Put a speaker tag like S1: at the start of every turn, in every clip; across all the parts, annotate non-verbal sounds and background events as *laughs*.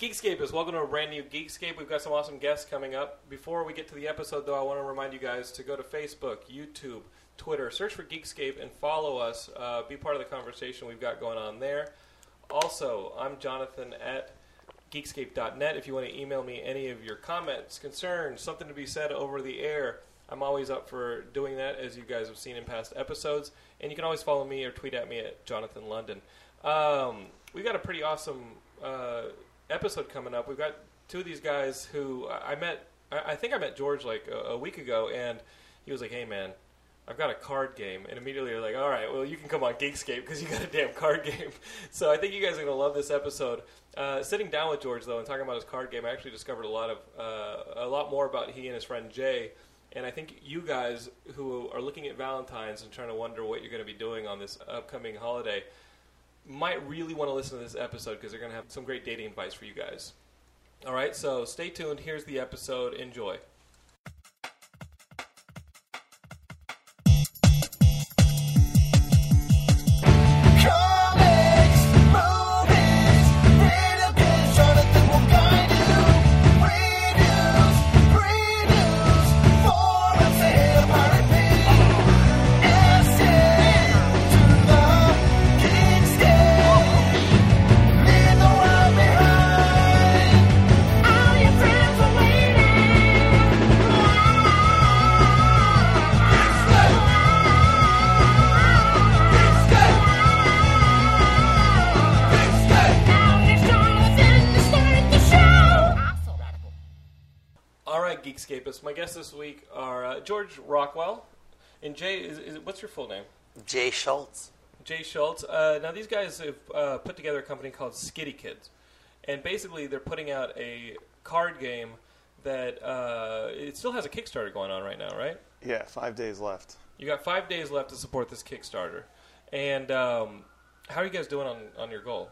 S1: Geekscape is welcome to a brand new Geekscape. We've got some awesome guests coming up. Before we get to the episode, though, I want to remind you guys to go to Facebook, YouTube, Twitter, search for Geekscape, and follow us. Uh, be part of the conversation we've got going on there. Also, I'm Jonathan at geekscape.net. If you want to email me any of your comments, concerns, something to be said over the air, I'm always up for doing that, as you guys have seen in past episodes. And you can always follow me or tweet at me at Jonathan London. Um, we got a pretty awesome. Uh, episode coming up. We've got two of these guys who I I met. I I think I met George like a, a week ago, and he was like, "Hey, man, I've got a card game," and immediately you're like, "All right, well, you can come on Geekscape because you got a damn card game." *laughs* So I think you guys are gonna love this episode. Uh, sitting down with George though and talking about his card game, I actually discovered a lot of uh, a lot more about he and his friend Jay. And I think you guys who are looking at Valentine's and trying to wonder what you're going to be doing on this upcoming holiday, might really want to listen to this episode because they're going to have some great dating advice for you guys. All right, so stay tuned. Here's the episode. Enjoy.
S2: Comics, movies, database, Jonathan will guide you. Reviews, previews, forums, they hit a pirate page. Listen to the Geekscape. Leave the world behind. All your friends are waiting. Geekscape.
S1: All right, Geekscapists. My guests this week are uh, George Rockwell and Jay. Is, is, what's your full name?
S3: Jay Schultz.
S1: Jay Schultz. Uh, now, these guys have uh, put together a company called Skitty Kids, and basically they're putting out a card game that uh, it still has a Kickstarter going on right now, right?
S4: Yeah, five days left.
S1: You got five days left to support this Kickstarter, and um, how are you guys doing on, on your goal?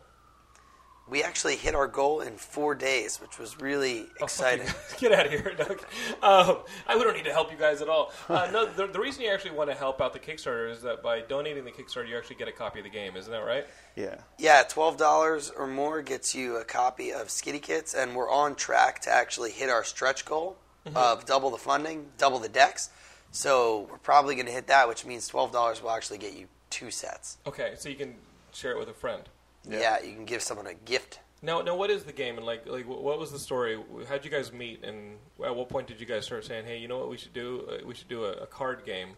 S3: We actually hit our goal in four days, which was really exciting.
S1: *laughs* Get out of here, Doug. Um, I we don't need to help you guys at all. Uh, no, the, the reason you actually want to help out the Kickstarter is that by donating the Kickstarter, you actually get a copy of the game. Isn't that right?
S4: Yeah.
S3: yeah, twelve dollars or more gets you a copy of Skitty Kits, and we're on track to actually hit our stretch goal of double the funding, double the decks. So we're probably going to hit that, which means twelve dollars will actually get you two sets.
S1: Okay, so you can share it with a friend.
S3: Yeah, you can give someone a gift.
S1: Now, now, what is the game, and like, like, wh- what was the story? How'd you guys meet, and at what point did you guys start saying, "Hey, you know what we should do? Uh, We should do a, a card game."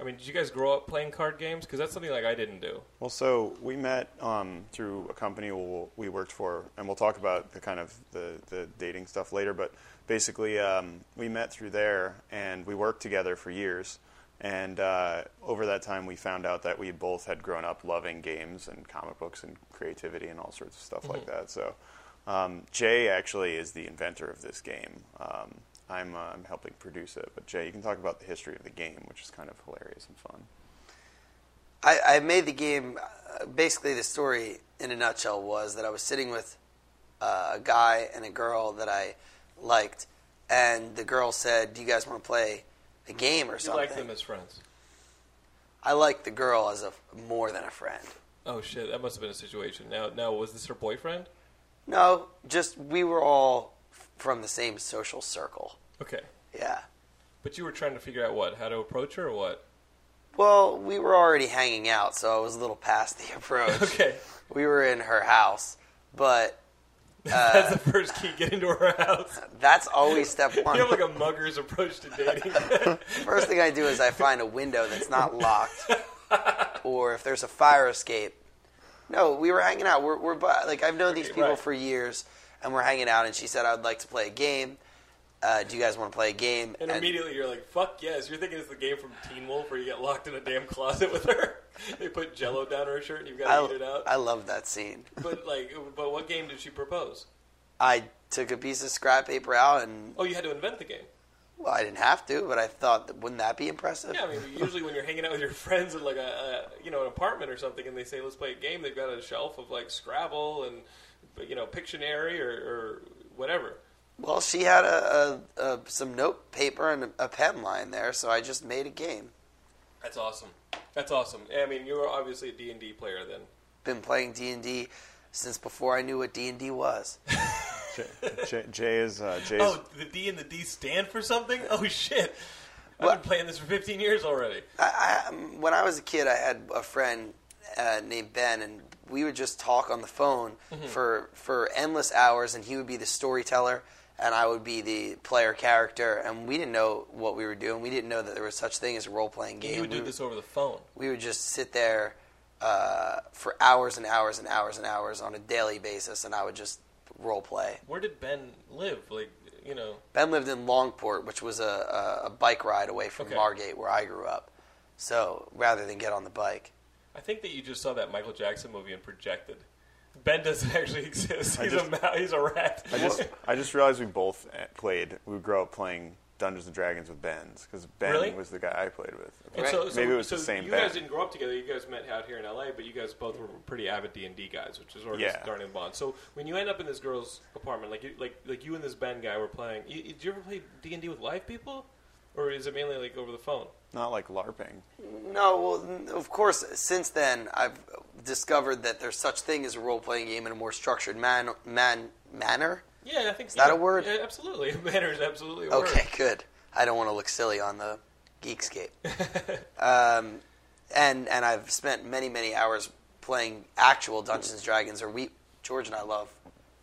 S1: I mean, did you guys grow up playing card games? Because that's something like I didn't do.
S4: Well, so we met um, through a company we'll, we worked for, and we'll talk about the kind of the, the dating stuff later. But basically, um, we met through there, and we worked together for years. And uh, over that time, we found out that we both had grown up loving games and comic books and creativity and all sorts of stuff like that. So um, Jay actually is the inventor of this game. Um, I'm, uh, I'm helping produce it, but Jay, you can talk about the history of the game, which is kind of hilarious and fun.
S3: I, I made the game. Uh, basically, the story in a nutshell was that I was sitting with uh, a guy and a girl that I liked, and the girl said, "Do you guys want to play a game or
S1: You
S3: something?"
S1: like them as friends.
S3: I liked the girl as a more than a friend.
S1: Oh shit, that must have been a situation. Now, now, was this her boyfriend?
S3: No, just we were all f- from the same social circle.
S1: Okay,
S3: Yeah.
S1: but you were trying to figure out what, how to approach her, or what? *laughs*
S3: Well, we were already hanging *laughs* out, so I was a little past the approach.
S1: Okay,
S3: We were in her house, but
S1: That's the first key. Get into her
S3: *laughs*
S1: house.
S3: That's always step
S1: *laughs*
S3: one.
S1: You have like a mugger's approach to dating.
S3: *laughs* First thing I do is I find a window that's not locked, or if there's a fire escape. No, we were hanging out. We're, we're bu- like I've known these people
S1: right.
S3: for years, and we're hanging out. And she said, "I'd like to play a game. Uh, do you guys want to play a game?"
S1: And immediately you're like, fuck yes. You're thinking it's the game from Teen Wolf where you get locked in a damn closet with her. *laughs* They put jello down her shirt and you've got to eat it
S3: I,
S1: out.
S3: I love that scene.
S1: but like, but what game did she propose?
S3: I took a piece of scrap paper out, and
S1: Oh, you had to invent the game.
S3: well, I didn't have to, but I thought, that- wouldn't that be impressive?
S1: Yeah, I mean, usually when you're hanging out with your *laughs* friends in like a, a you know an apartment or something, and they say let's play a game, they've got a shelf of like Scrabble and you know Pictionary or, or whatever.
S3: Well, she had a, a, a some note paper and a, a pen line there, so I just made a game.
S1: That's awesome. That's awesome. I mean, you were obviously a D and D player then.
S3: Been playing D and D since before I knew what D and D was.
S4: J- J- Jay is uh, Jay's.
S1: Oh, the D and the D stand for something? Oh shit! I've
S3: Well-
S1: been playing this for 15 years already.
S3: I, I, when I was a kid, I had a friend uh, named Ben, and we would just talk on the phone
S1: Mm-hmm.
S3: for for endless hours, and he would be the storyteller, and I would be the player character, and we didn't know what we were doing. We didn't know that there was such thing as a role playing game.
S1: You would
S3: we,
S1: do this over the phone.
S3: we would just sit there uh, for hours and hours and hours and hours on a daily basis, and I would just role play.
S1: Where did Ben live? Like, you know,
S3: Ben lived in Longport, which was a, a, a bike ride away from
S1: Okay.
S3: Margate, where I grew up. So rather than get on the bike.
S1: I think that you just saw that Michael Jackson movie and projected. Ben doesn't *laughs* actually exist. He's a
S4: just-
S1: ma- he's a rat.
S4: I just *laughs* I just realized we both eh, played. We grew up playing Dungeons and Dragons with Ben's because Ben
S1: Really?
S4: was the guy I played with.
S1: And so, so,
S4: Maybe it was
S1: so
S4: the same
S1: You
S4: Ben.
S1: guys didn't grow up together. You guys met out here in LA, but you guys both were pretty avid D and D guys, which is already
S4: Yeah.
S1: starting to bond. So when you end up in this girl's apartment, like you, like like you and this Ben guy were playing. You, you- did you ever play D and D with live people, or is it mainly like over the phone?
S4: Not like LARPing.
S3: No, well, n- of course. Since then, I've discovered that there's such thing as a role playing game in a more structured man, man manner.
S1: Yeah, I think is
S3: that a word?
S1: Yeah, absolutely, *laughs* manner is absolutely a word.
S3: Okay, good. I don't want to look silly on the
S1: *laughs*
S3: Geekscape. um, and and I've spent many many hours playing actual Dungeons and Dragons. Or we George and I love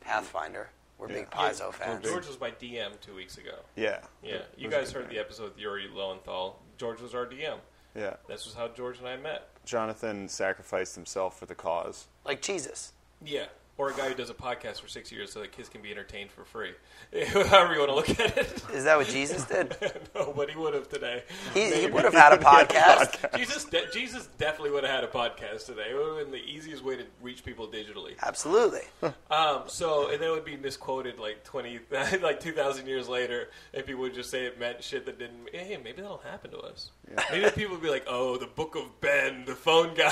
S3: Pathfinder. We're big
S4: Yeah.
S3: Paizo fans.
S1: George was my DM two weeks ago.
S4: Yeah.
S1: Yeah,
S4: It
S1: you
S4: was a
S1: guys
S4: good
S1: heard the
S4: night.
S1: episode with Yuri Lowenthal. George was our DM.
S4: Yeah.
S1: This was how George and I met.
S4: Jonathan sacrificed himself for
S1: *laughs*
S4: the cause.
S3: Like Jesus.
S1: Yeah. Or a guy who does a podcast for six years so that kids can be entertained for free. *laughs* However you want to look at it. *laughs*
S3: Is that what Jesus did?
S1: no, but he would have today.
S3: He, he would have had
S1: *laughs*
S3: a podcast.
S1: Jesus, de- Jesus definitely would have had a podcast today. It would have been the easiest way to reach people digitally.
S3: Absolutely.
S1: Um, so, and then it would be misquoted like twenty, *laughs* like two thousand years later, and people would just say it meant shit that didn't. Hey, maybe that'll happen to us. Maybe people would be like, "Oh, the Book of Ben, the phone guy."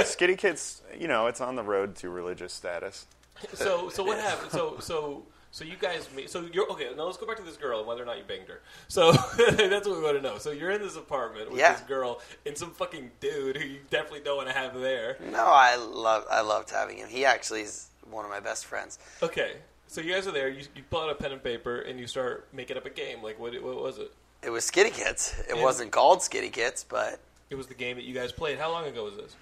S4: Skitty Kids, you know, it's on the road to religious status.
S1: So so what happened? So so so you guys meet. So you're okay. Now let's go back to this girl and whether or not you banged her. So *laughs* that's what we want to know. So you're in this apartment with
S3: Yeah.
S1: this girl and some fucking dude who you definitely don't want to have there.
S3: No, I love I loved having him. He actually is one of my best friends.
S1: Okay. So you guys are there. You, you pull out a pen and paper and you start making up a game. Like what what was it?
S3: It was Skitty Kits. It wasn't called Skitty Kits, but
S1: It was the game that you guys played. How long ago was this?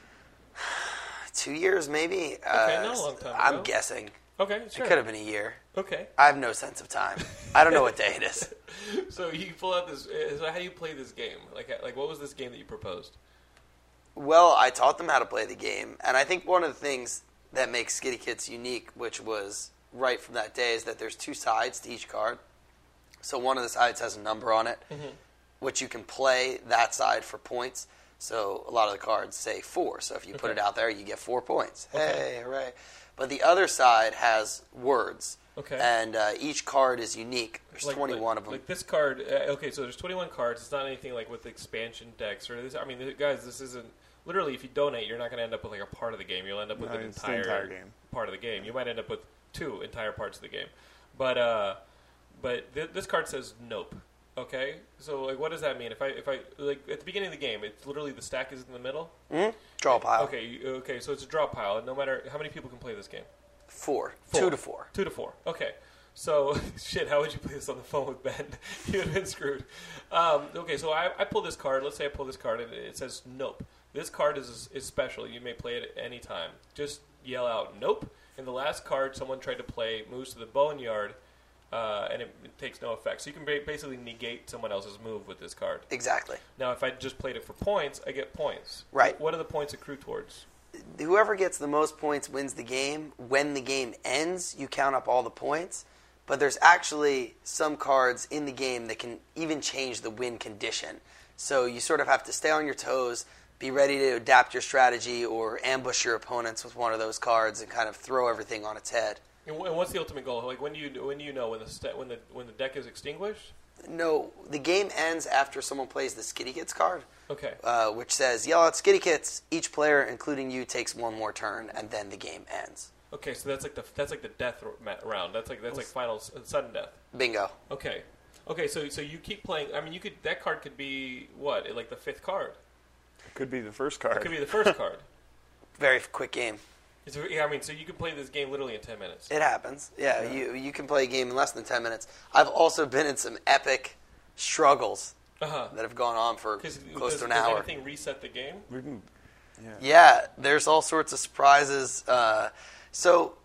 S3: two years maybe. uh,
S1: not a long time
S3: I'm
S1: ago.
S3: guessing
S1: Okay,
S3: it could
S1: sure.
S3: have been a year.
S1: Okay.
S3: I have no sense of time. I don't know what day
S1: *laughs*
S3: it is.
S1: So you pull out this. uh, So how do you play this game? Like like what was this game that you proposed?
S3: Well, I taught them how to play the game, and I think one of the things that makes Skitty Kits unique, which was right from that day, is that there's two sides to each card. So one of the sides has a number on it,
S1: Mm-hmm.
S3: which you can play that side for points. So a lot of the cards say four. So if you put it out there, you get four points. Hey, hooray! But the other side has words.
S1: Okay.
S3: And uh, each card is unique. There's 21 of them.
S1: Like this card. Uh, okay, so there's 21 cards. It's not anything like with expansion decks or this. I mean, th- guys, this isn't. Literally, if you donate, you're not going to end up with like a part of the game. You'll end up with
S4: No,
S1: an
S4: it's the
S1: entire,
S4: entire game.
S1: part of the game. You might end up with two entire parts of the game. But uh, but th- this card says nope. Okay, so like, what does that mean? If I if I like at the beginning of the game, it's literally the stack is in the middle.
S4: Mm.
S3: Draw a pile.
S1: Okay, you- okay, so it's a draw pile, and no matter how many people can play this game.
S3: Four.
S1: Four.
S3: Two to four.
S1: Two to four. Okay. So, *laughs* shit, how would you play this on the phone with Ben? *laughs* you would have been screwed. Um, okay, so I, I pull this card. Let's say I pull this card, and it says nope. This card is, is special. You may play it at any time. Just yell out nope, In the last card, someone tried to play moves to the boneyard, uh, and it, it takes no effect. So you can ba- basically negate someone else's move with this card.
S3: Exactly.
S1: Now, if I just played it for points, I get points.
S3: Right.
S1: What do the points accrue towards?
S3: Whoever gets the most points wins the game. When the game ends, you count up all the points. But there's actually some cards in the game that can even change the win condition. So you sort of have to stay on your toes, be ready to adapt your strategy, or ambush your opponents with one of those cards and kind of throw everything on its head.
S1: And wh- and what's the ultimate goal? Like when do you when do you know when the sta when the when the deck is extinguished?
S3: No, the game ends after someone plays the Skitty Kits card.
S1: Okay.
S3: uh, which says, "Yell out Skitty Kits! Each player, including you, takes one more turn, and then the game ends."
S1: Okay, so that's like the that's like the death ro- ma- round. That's like that's like final s- uh, sudden death.
S3: Bingo.
S1: Okay, okay. So so you keep playing. I mean, you could that card could be what like the fifth card.
S4: Could be the first
S1: It
S4: card.
S1: could be the first card.
S3: Very quick game.
S1: It's, a- yeah, I mean, so you could play this game literally in ten minutes.
S3: It happens. Yeah, you you can play a game in less than ten minutes. I've also been in some epic struggles
S1: Uh-huh.
S3: that have gone on for
S1: Because
S3: close
S1: does,
S3: to an
S1: does
S3: hour.
S1: anything reset the game?
S4: We've been-
S3: Yeah, there's all sorts of surprises. Uh, so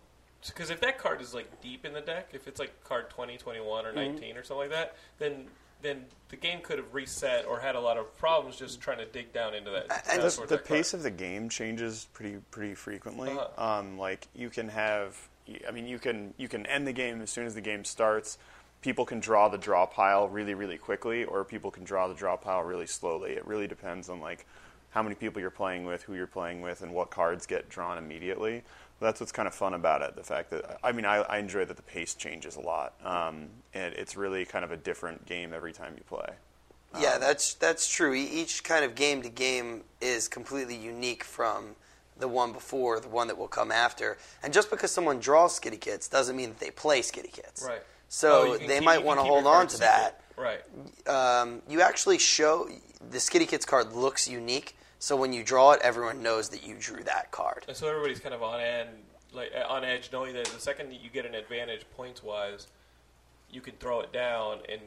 S1: Because if that card is like deep in the deck, if it's like card 20, 21, or 19 or something like that, then then the game could have reset or had a lot of problems just trying to dig down into that.
S3: and
S1: that
S3: the-
S4: the,
S1: sort
S4: the
S1: of that card.
S4: pace of the game changes pretty pretty frequently.
S1: Uh-huh.
S4: Um, like you can have, I mean, you can you can end the game as soon as the game starts. People can draw the draw pile really really quickly, or people can draw the draw pile really slowly. It really depends on like how many people you're playing with, who you're playing with, and what cards get drawn immediately. That's what's kind of fun about it. The fact that I mean, I, I enjoy that the pace changes a lot, um, and it's really kind of a different game every time you play.
S1: Um.
S3: yeah, that's that's true. E- Each kind of game to game is completely unique from the one before, the one that will come after. And just because someone draws Skitty Kits doesn't mean that they play Skitty Kits.
S1: Right. Oh,
S3: So
S1: you can
S3: they
S1: keep- you
S3: might
S1: can
S3: want to
S1: keep your
S3: hold on
S1: cards
S3: to
S1: secret.
S3: that.
S1: Right.
S3: Um, you actually show the Skitty Kits card looks unique, so when you draw it, everyone knows that you drew that card.
S1: And so everybody's kind of on end, like uh, on edge, knowing that the second that you get an advantage points wise, you can throw it down and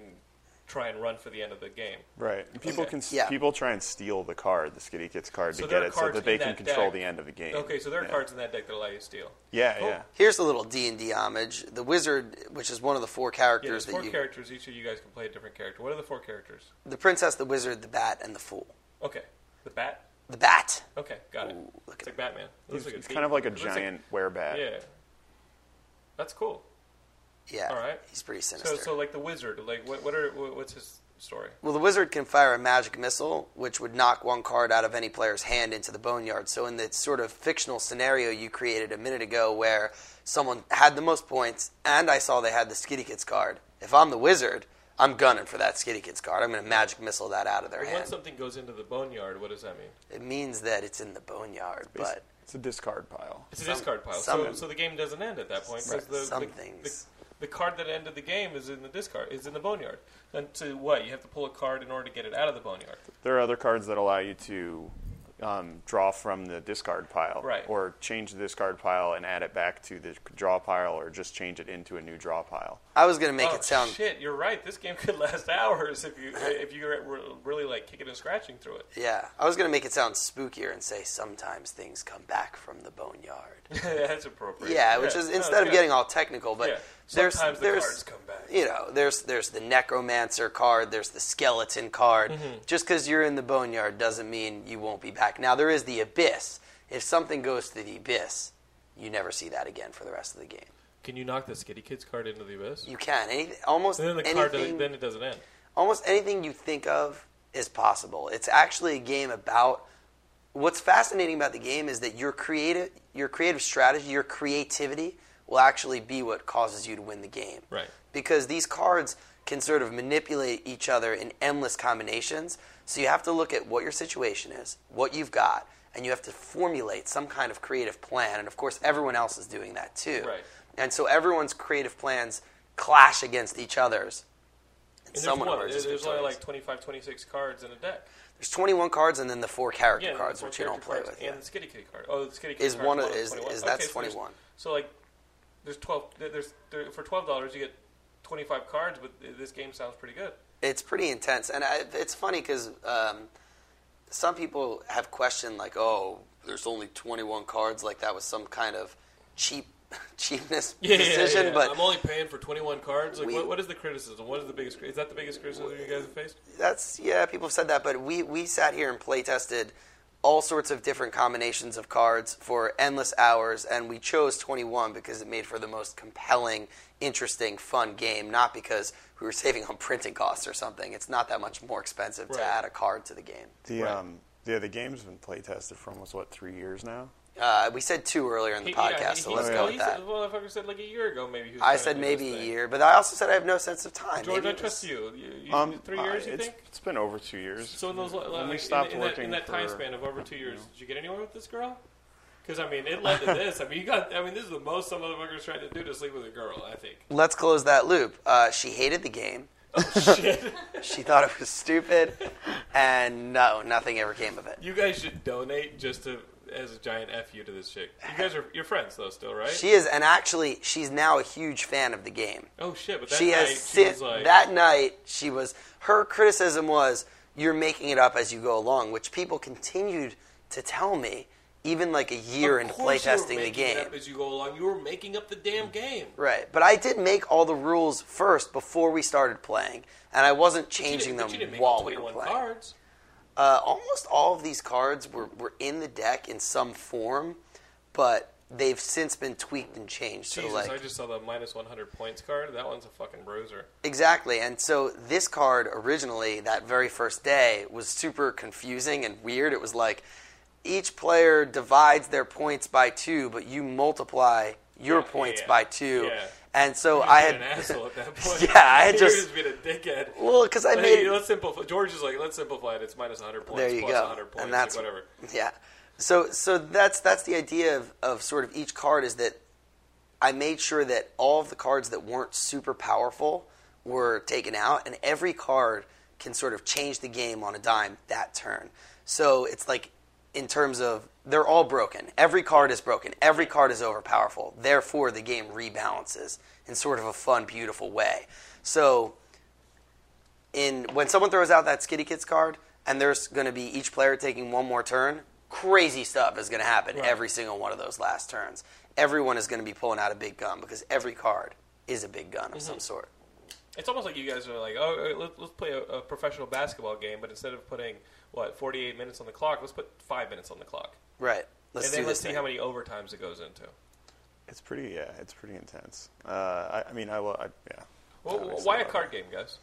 S1: try and run for the end of the game.
S4: Right. And People
S1: Okay.
S4: can s
S3: Yeah.
S4: people try and steal the card, the Skitty Kits card,
S1: So
S4: to
S1: there
S4: get
S1: are
S4: it so
S1: cards
S4: that they
S1: in
S4: can
S1: that
S4: control
S1: deck.
S4: the end of the game.
S1: Okay, so there are
S4: yeah.
S1: cards Oh, in that deck that allow you to steal.
S4: Yeah,
S1: Cool.
S4: yeah.
S3: Here's a little D and D homage: the Wizard, which is one of the four
S1: Yeah, there's
S3: characters
S1: four
S3: that you,
S1: characters. Each of you guys can play a different character. What are the four characters?
S3: the Princess, the Wizard, the Bat, and the Fool.
S1: Okay, the bat.
S3: The Bat.
S1: Okay, got it.
S3: look
S1: it's
S3: at
S1: like Batman. It looks
S4: It's,
S1: like a
S4: it's
S1: bee.
S4: kind of like a
S1: It looks
S4: giant werebat.
S1: yeah, that's cool.
S3: Yeah.
S1: All right.
S3: He's pretty sinister.
S1: So, so like the wizard. Like, what, what are what, what's his story?
S3: Well, the wizard can fire a magic missile, which would knock one card out of any player's hand into the boneyard. So, in the sort of fictional scenario you created a minute ago, where someone had the most points, and I saw they had the Skitty Kits card, if I'm the wizard, I'm gunning for that Skitty Kits card. I'm going to magic missile that out of their
S1: Once
S3: hand.
S1: something goes into the boneyard, what does that mean?
S3: It means that it's in the boneyard, but
S4: It's a discard pile.
S1: It's a discard pile. so,
S3: some-
S1: so the game doesn't end at that point. 'cause
S3: Right.
S1: The,
S3: Some
S1: the,
S3: things.
S1: The, the card that ended the game is in the discard. Is in the boneyard. And to what? You have to pull a card in order to get it out of the boneyard.
S4: There are other cards that allow you to um, draw from the discard pile,
S1: Right.
S4: or change the discard pile and add it back to the draw pile, or just change it into a new draw pile.
S3: I was going to make
S1: oh
S3: it sound.
S1: shit! You're right. This game *laughs* could last hours if
S3: *laughs*
S1: you if you're re- really like kicking and scratching through it. *laughs*
S3: Yeah, I was going to make it sound spookier and say sometimes things come back from the boneyard.
S1: *laughs* That's appropriate.
S3: Yeah, which is
S1: no,
S3: instead of
S1: yeah.
S3: getting all technical, but
S1: Yeah.
S3: there's
S1: Sometimes the
S3: there's
S1: cards come back.
S3: you know there's there's the necromancer card, there's the skeleton card.
S1: Mm-hmm.
S3: Just because you're in the boneyard doesn't mean you won't be back. Now there is the abyss. If something goes to the abyss, you never see that again for the rest of the game.
S1: Can you knock the Skitty Kids card into the abyss?
S3: You can any, almost
S1: and then the card doesn't,
S3: anything
S1: then it doesn't end.
S3: almost anything you think of is possible. It's actually a game about what's fascinating about the game is that your creative your creative strategy, your creativity will actually be what causes you to win the game.
S1: Right.
S3: Because these cards can sort of manipulate each other in endless combinations. So you have to look at what your situation is, what you've got, and you have to formulate some kind of creative plan. And of course, everyone else is doing that too.
S1: Right.
S3: And so everyone's creative plans clash against each other's
S1: And there's
S3: Someone
S1: one.
S3: emerges
S1: There's, there's only
S3: victorious.
S1: like 25, 26 cards in a deck.
S3: There's 21 cards and then the four character
S1: Yeah, and
S3: cards,
S1: four
S3: which you don't
S1: character
S3: play
S1: cards
S3: with. yeah.
S1: And the Skitty Kid card. Oh, the Skitty Kid
S3: Is
S1: card
S3: one of-
S1: one
S3: is-
S1: 21.
S3: is- that's
S1: Okay, so there's-
S3: 21.
S1: So like, there's twelve. there- There's there, for twelve dollars you get twenty five cards, but this game sounds pretty
S3: *laughs*
S1: good.
S3: It's pretty intense, and I, it's funny because um, some people have questioned like, "Oh, there's only 21 cards," like that was some kind of cheap *laughs* cheapness
S1: Yeah, yeah, yeah,
S3: decision,
S1: yeah.
S3: but
S1: I'm only paying for 21 cards. Like,
S3: We-
S1: what, what is the criticism? What is the biggest? cri- Is that the biggest criticism you guys have faced?
S3: that's yeah, people have said that, but we we sat here and play tested all sorts of different combinations of cards for endless hours, and we chose 21 because it made for the most compelling, interesting, fun game. Not because we were *laughs* saving on printing costs or something. It's not that much more expensive
S1: Right.
S3: to add a card to the game.
S4: The um, yeah, the game's been play tested for almost what three years now.
S3: Uh, we said two earlier in the
S1: He- yeah,
S3: podcast,
S1: he-
S3: so
S1: he-
S3: let's
S1: he
S3: go with
S1: said-
S3: that.
S1: Well, motherfucker said like a year ago, maybe. He was
S3: I
S1: trying to
S3: said
S1: do
S3: maybe
S1: this
S3: a
S1: thing.
S3: year, but I also said I have no sense of time.
S1: George,
S3: Maybe
S1: I
S3: it
S1: trust
S3: was-
S1: you. you, you
S4: Um,
S1: three
S4: I-
S1: years, you
S4: it's-
S1: think?
S4: It's been over two years.
S1: So in those
S4: when
S1: like,
S4: we
S1: in-
S4: stopped
S1: in,
S4: working
S1: that, in that
S4: for,
S1: time span of over two years, did you get anywhere with this girl? Because I mean, it
S4: *laughs*
S1: led to this. I mean, you got. I mean, this is the most some motherfuckers tried to do to sleep with a girl. I
S4: *laughs*
S1: think.
S3: Let's close that loop. Uh, she hated the game. she thought it was stupid,
S1: *laughs*
S3: and no, nothing ever came of it.
S1: You guys should donate just to as a giant f you to this chick. You guys are you're friends though, still, right?
S3: She is, and actually, she's now a huge fan of the game.
S1: oh shit! But that
S3: she
S1: night,
S3: has
S1: she
S3: sit,
S1: was like,
S3: that night. She was her criticism was you're making it up as you go along, which people continued to tell me even like a year
S1: "Of
S3: in
S1: course you were
S3: playtesting the
S1: making it
S3: game.
S1: up as you go along. You were making up the damn game.
S3: Right, but I did make all the rules first before we started playing, and I wasn't
S1: You didn't-
S3: changing
S1: but
S3: them
S1: you didn't make
S3: while
S1: up
S3: we were
S1: 21
S3: playing.
S1: Cards.
S3: Uh, almost all of these cards were, were in the deck in some form, but they've since been tweaked and changed.
S1: Jesus,
S3: so like
S1: I just saw the minus 100 points card. That one's a fucking bruiser.
S3: Exactly. And so this card originally, that very first day, was super confusing and weird. It was like each player divides their points by two, but you multiply your points
S1: yeah.
S3: by two.
S1: Yeah.
S3: And so
S1: I
S3: I had
S1: an asshole at that point.
S3: Yeah,
S1: *laughs*
S3: I had
S1: You
S3: just-
S1: been a dickhead.
S3: *laughs* Well, 'cause I
S1: Hey,
S3: made-
S1: let's simplify. George is like, let's simplify it. It's minus 100 points.
S3: there you
S1: plus
S3: go,
S1: 100 points,
S3: and that's
S1: like, whatever.
S3: Yeah. So so that's that's the idea of, of sort of each card is that I made sure that all of the cards that weren't super powerful were taken out, and every card can sort of change the game on a dime that turn. So it's like, in terms of, they're all broken. Every card is broken. Every card is overpowerful. Therefore, the game rebalances in sort of a fun, beautiful way. So, in when someone throws out that Skitty Kids card, and there's going to be each player taking one more turn, crazy stuff is going to happen every single one of those last turns. Everyone is going to be pulling out a big gun because every card is a big gun of
S1: Mm-hmm.
S3: some sort.
S1: It's almost like you guys are like, oh, uh, let, let's play a, a professional basketball game, but instead of putting, what, 48 minutes on the clock, let's put five minutes on the clock.
S3: Right. Let's
S1: and
S3: do
S1: then
S3: this.
S1: let's see
S3: thing.
S1: how many overtimes it goes into.
S4: It's pretty, yeah, it's pretty intense. Uh, I, I mean, I, lo- I yeah.
S1: Well, why a card game, guys?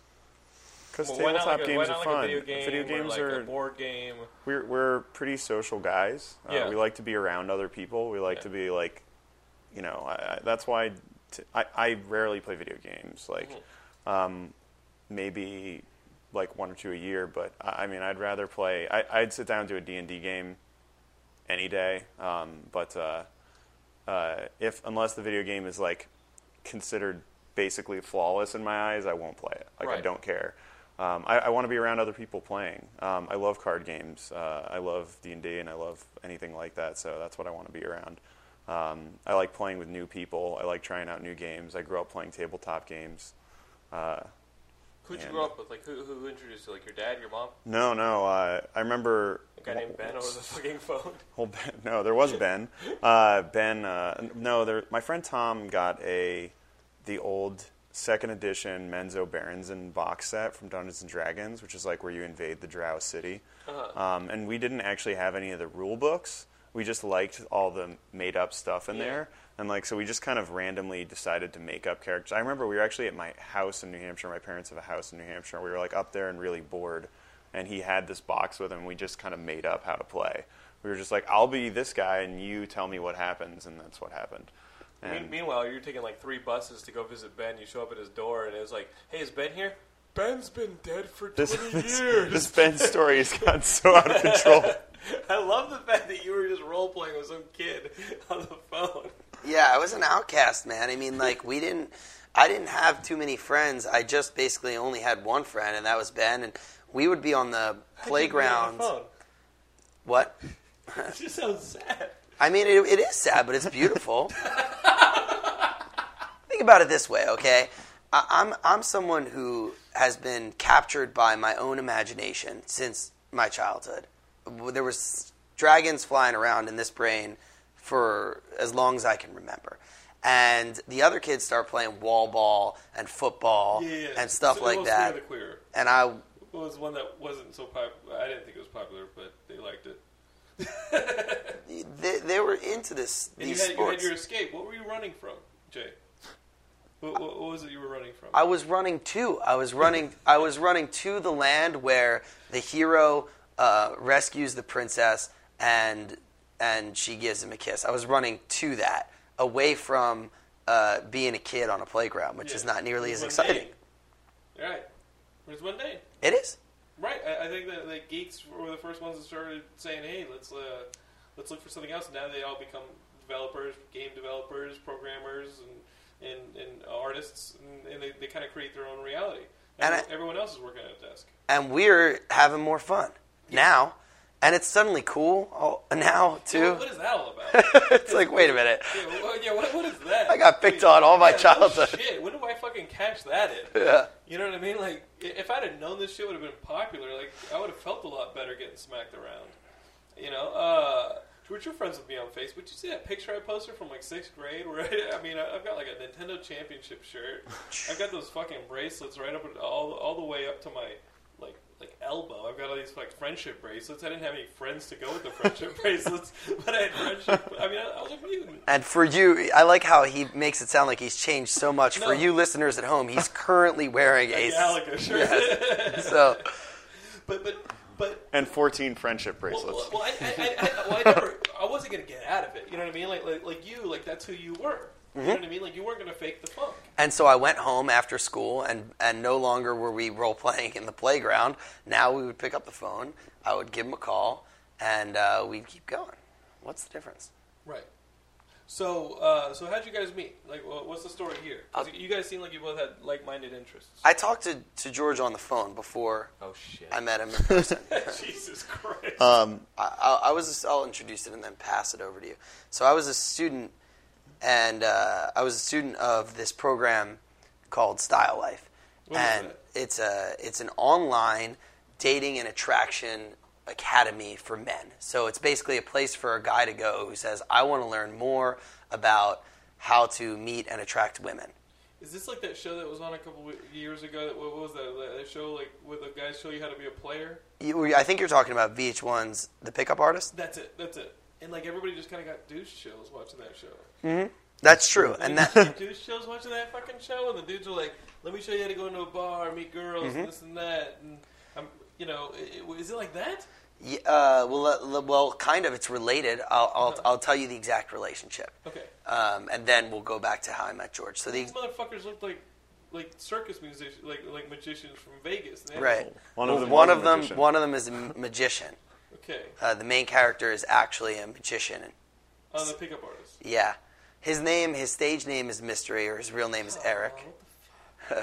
S4: Because
S1: Well, why not
S4: tabletop
S1: like a, why
S4: games
S1: not
S4: are
S1: like
S4: fun.
S1: a video game?
S4: games
S1: or like
S4: are
S1: a board game.
S4: we're we're pretty social guys. Uh,
S1: Yeah.
S4: We like to be around other people. We like
S1: Yeah.
S4: to be like, you know, I, I, that's why t- I I rarely play video games. Like,
S1: Mm-hmm.
S4: um, maybe like one or two a year. But I, I mean, I'd rather play. I, I'd sit down and do a D and D game any day. Um, but uh, uh, if unless the video game is like considered basically flawless in my eyes, I won't play it. Like I
S1: Right.
S4: don't care. Um, I, I want to be around other people playing. Um, I love card games. Uh, I love D and D, and I love anything like that. So that's what I want to be around. Um, I like playing with new people. I like trying out new games. I grew up playing tabletop games.
S1: Who'd you
S4: And-
S1: grow up with? Like, who, who introduced you? Like, your dad, your mom?
S4: No, no. Uh, I remember
S1: A guy named
S3: *laughs*
S1: Ben over the fucking phone?
S4: Well, Ben, *laughs* no, there was Ben. Uh, ben, uh, no, there, my friend Tom got a the old second edition Menzo Berenson box set from Dungeons and Dragons, which is like where you invade the Drow city. Um, and we didn't actually have any of the rule books. We just liked all the made up stuff in
S1: Yeah.
S4: there. And like, so we just kind of randomly decided to make up characters. I remember we were actually at my house in New Hampshire. My parents have a house in New Hampshire. We were like up there and really bored. And he had this box with him. We just kind of made up how to play. We were just like, I'll be this guy and you tell me what happens. And that's what happened.
S1: Mean,
S4: And
S1: meanwhile, you're taking like three buses to go visit Ben. You show up at his door, and it's like, "Hey, is Ben here?" Ben's been dead for 20
S4: this, this,
S1: years.
S4: this Ben story has gotten so out of control.
S1: *laughs* I love the fact that you were just role playing with some kid on the phone.
S3: Yeah, I was an outcast, man. I mean, like we didn't, I didn't have too many friends. I just basically only had one friend, and that was Ben. And we would be on the
S1: *laughs*
S3: playground.
S1: On
S3: What?
S1: the phone. It just sounds sad.
S3: I mean, it, it is sad, but it's
S1: *laughs*
S3: beautiful. Think about it this way, okay? I, I'm I'm someone who has been captured by my own imagination since my childhood. W- There was dragons flying around in this brain for as long as I can remember, and the other kids start playing wall ball and football
S1: Yeah, yeah, yeah.
S3: and stuff
S1: So it
S3: like
S1: was
S3: that.
S1: The other queer.
S3: And I
S1: It was one that wasn't so popular. I didn't think it was popular, but they liked it. *laughs*
S3: they, they were into this
S1: And you
S3: these
S1: had, you had
S3: sports.
S1: your escape. What were you running from, Jay? What, what, what was it you were running from?
S3: I was running to. I
S1: *laughs*
S3: was running. I was running to the land where the hero uh, rescues the princess and and she gives him a kiss. I was running to that, away from uh, being a kid on a playground, which is
S1: Yeah.
S3: not nearly as
S1: Mundane.
S3: exciting.
S1: Right. It was mundane.
S3: It is.
S1: Right. I, I think that like geeks were the first ones that started saying, "Hey, let's uh, let's look for something else." And now they all become developers, game developers, programmers, and and, and artists, and, and they, they kind of create their own reality.
S3: And
S1: Everyone-
S3: I-
S1: everyone else is working at a desk.
S3: and we're having more fun now, and it's suddenly cool all, now
S1: Yeah,
S3: too.
S1: what- what is that all about?
S3: *laughs*
S1: *laughs*
S3: it's like, wait a minute,
S1: yeah, what, yeah, what, what is that?
S3: I got picked on all my
S1: Yeah, no
S3: childhood.
S1: Shit, when do I fucking catch that in?
S3: Yeah.
S1: You know what I mean? Like, i- if I'd have known this shit would have been popular, like, I would have felt a lot better getting smacked around. You know, uh, which you're friends with me on Facebook. Did you see that picture I posted from like sixth grade? Where *laughs* I, I mean, I- I've got like a Nintendo Championship shirt. I've got those fucking bracelets right up at- all all the way up to my like like elbow. I've got all these like friendship bracelets. I didn't have any friends to go with the friendship *laughs* bracelets, but I had friendship. I mean, I, I was a mutant.
S3: And for you, I like how he makes it sound like he's changed so much.
S1: No.
S3: For you listeners at home, he's currently wearing a
S1: Gallagher shirt.
S3: so
S1: but but but
S4: And 14 friendship bracelets.
S1: Well, well, well, I, I, I, I, well, I never, I wasn't gonna get out of it. You know what I mean? Like, like, like you, like that's who you were. You know what I mean? Like you weren't gonna fake the funk.
S3: and so I went home after school, and and no longer were we role playing in the playground. Now we would pick up the phone, I would give him a call, and uh, we'd keep going. What's the difference?
S1: Right. So, uh, so how'd you guys meet? Like, wha- what's the story here? 'Cause you guys seem like you both had like-minded interests.
S3: I talked to, to George on the phone before
S1: oh shit!
S3: I met him in person.
S1: Jesus Christ!
S3: I, I was. I'll introduce it and then pass it over to you. So I was a student, and uh, I was a student of this program called Style Life,
S1: What is
S3: and
S1: that?
S3: it's a it's an online dating and attraction academy for men. So it's basically a place for a guy to go who says, "I want to learn more about how to meet and attract women."
S1: Is this like that show that was on a couple of years ago? That, what was that? That- That show like where the guys show you how to be a player?
S3: You, I think you're talking about VH1's The Pickup Artist.
S1: That's it. That's it. And like everybody just kind of got douche chills watching that show.
S3: That's true, and
S1: *laughs*
S3: that *laughs*
S1: dude shows watching that fucking show, and the dudes are like, "Let me show you how to go into a bar, meet girls, and this and that." And I'm, you know, i- i- is it like that?
S3: Yeah, uh, well, uh, well, kind of. It's related. I'll, I'll, I'll tell you the exact relationship,
S1: Okay,
S3: um, and then we'll go back to how I met George. So the
S1: these motherfuckers looked like like circus musicians, like like magicians from Vegas. and they had-
S3: right,
S4: One of
S3: Well,
S4: them
S3: one
S4: was a
S3: of them,
S4: magician.
S3: one of them is a m- magician.
S1: Okay,
S3: Uh, the main character is actually a magician.
S1: on Uh, the pickup artist.
S3: Yeah, his name, his stage name is Mystery, or his real name is Eric. *laughs*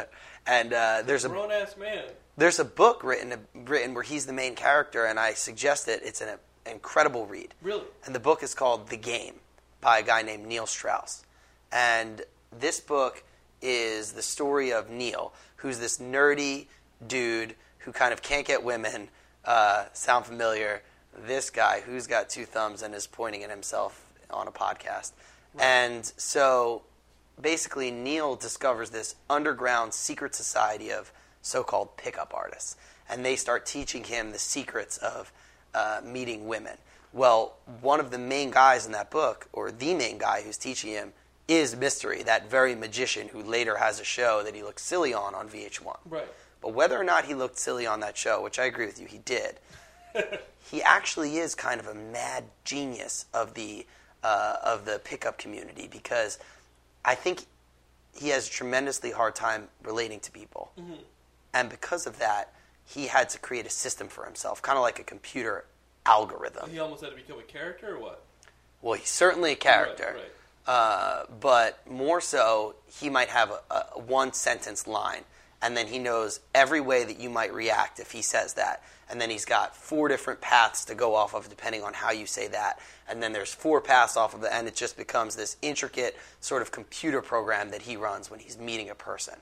S3: and uh, there's a
S1: Grown ass man.
S3: there's a book written written where he's the main character, and I suggest it. It's an incredible read.
S1: Really?
S3: And the book is called The Game by a guy named Neil Strauss. And this book is the story of Neil, who's this nerdy dude who kind of can't get women. Uh, sound familiar? This guy who's got two thumbs and is pointing at himself on a podcast. And so basically Neil discovers this underground secret society of so-called pickup artists, and they start teaching him the secrets of uh, meeting women. Well, one of the main guys in that book, or the main guy who's teaching him, is Mystery, that very magician who later has a show that he looks silly on on VH1.
S1: Right.
S3: But whether or not he looked silly on that show, which I agree with you, he did he actually is kind of a mad genius of the uh, of the pickup community because I think he has a tremendously hard time relating to people,
S1: Mm-hmm.
S3: and because of that, he had to create a system for himself, kind of like a computer algorithm.
S1: He almost had to become a character, or what?
S3: Well, he's certainly a character,
S1: Right, right.
S3: Uh, but more so, he might have a, a one sentence line, and then he knows every way that you might react if he says that. And then he's got four different paths to go off of depending on how you say that. And then there's four paths off of the, and it just becomes this intricate sort of computer program that he runs when he's meeting a person.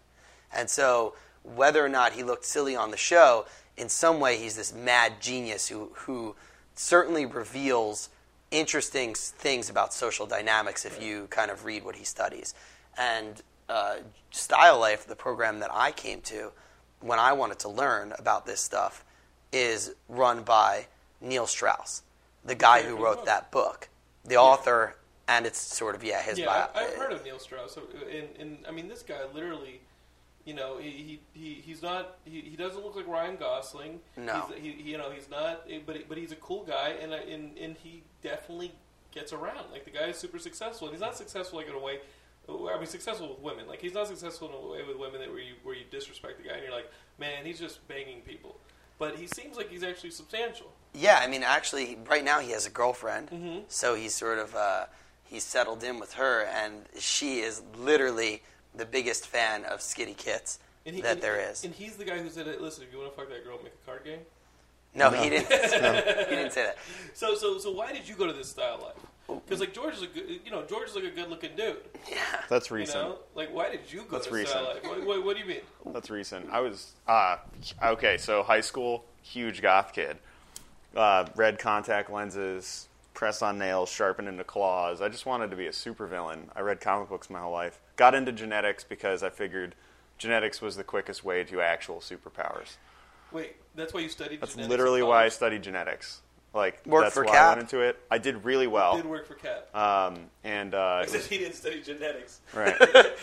S3: And so, whether or not he looked silly on the show, in some way, he's this mad genius who, who certainly reveals interesting s- things about social dynamics if you kind of read what he studies. And uh, Style Life, the program that I came to when I wanted to learn about this stuff, is run by Neil Strauss, the guy who wrote that book, the author, and it's sort of yeah his
S1: Yeah,
S3: bio-
S1: I, I've heard of Neil Strauss, so, uh, and, and I mean this guy literally, you know, he, he, he he's not he, he doesn't look like Ryan Gosling.
S3: No.
S1: he's, he, he- you know he's not, eh, but he- but he's a cool guy, and I- and and he definitely gets around. Like the guy is super successful, and he's not successful like in a way. I mean, successful with women. Like he's not successful in a way with women that where you where you disrespect the guy and you're like, man, he's just banging people. But he seems like he's actually substantial.
S3: Yeah, I mean, actually, right now he has a girlfriend,
S1: Mm-hmm.
S3: so he's sort of uh, he's settled in with her, and she is literally the biggest fan of Skitty Kits
S1: And he,
S3: that
S1: and-
S3: there is.
S1: And he's the guy who said, hey, "Listen, if you want to fuck that girl, make a card game."
S3: no, he didn't. *laughs* he didn't say that.
S1: So, so, so, why did you go to this style life? Because like George is a good, you know, George is like a good-looking dude.
S4: That's
S1: You
S4: recent.
S1: know, like why did you go
S4: That's
S1: to style life? What,
S4: recent.
S1: what, what do you mean?
S4: That's recent. I was uh, okay. So high school, huge goth kid. Uh, red contact lenses, press on nails, sharpened into claws. I just wanted to be a supervillain. I read comic books my whole life. Got into genetics because I figured genetics was the quickest way to actual superpowers.
S1: Wait, that's why you studied.
S4: That's
S1: genetics in
S4: literally why I
S1: college?
S4: studied genetics. Like
S3: Worked
S4: that's
S3: for
S4: why I
S3: Cap.
S4: went into it. I did really well.
S1: did work for Cap.
S4: Um, and uh, it
S1: Except
S4: was,
S1: *laughs* he didn't study genetics.
S4: right.
S1: *laughs*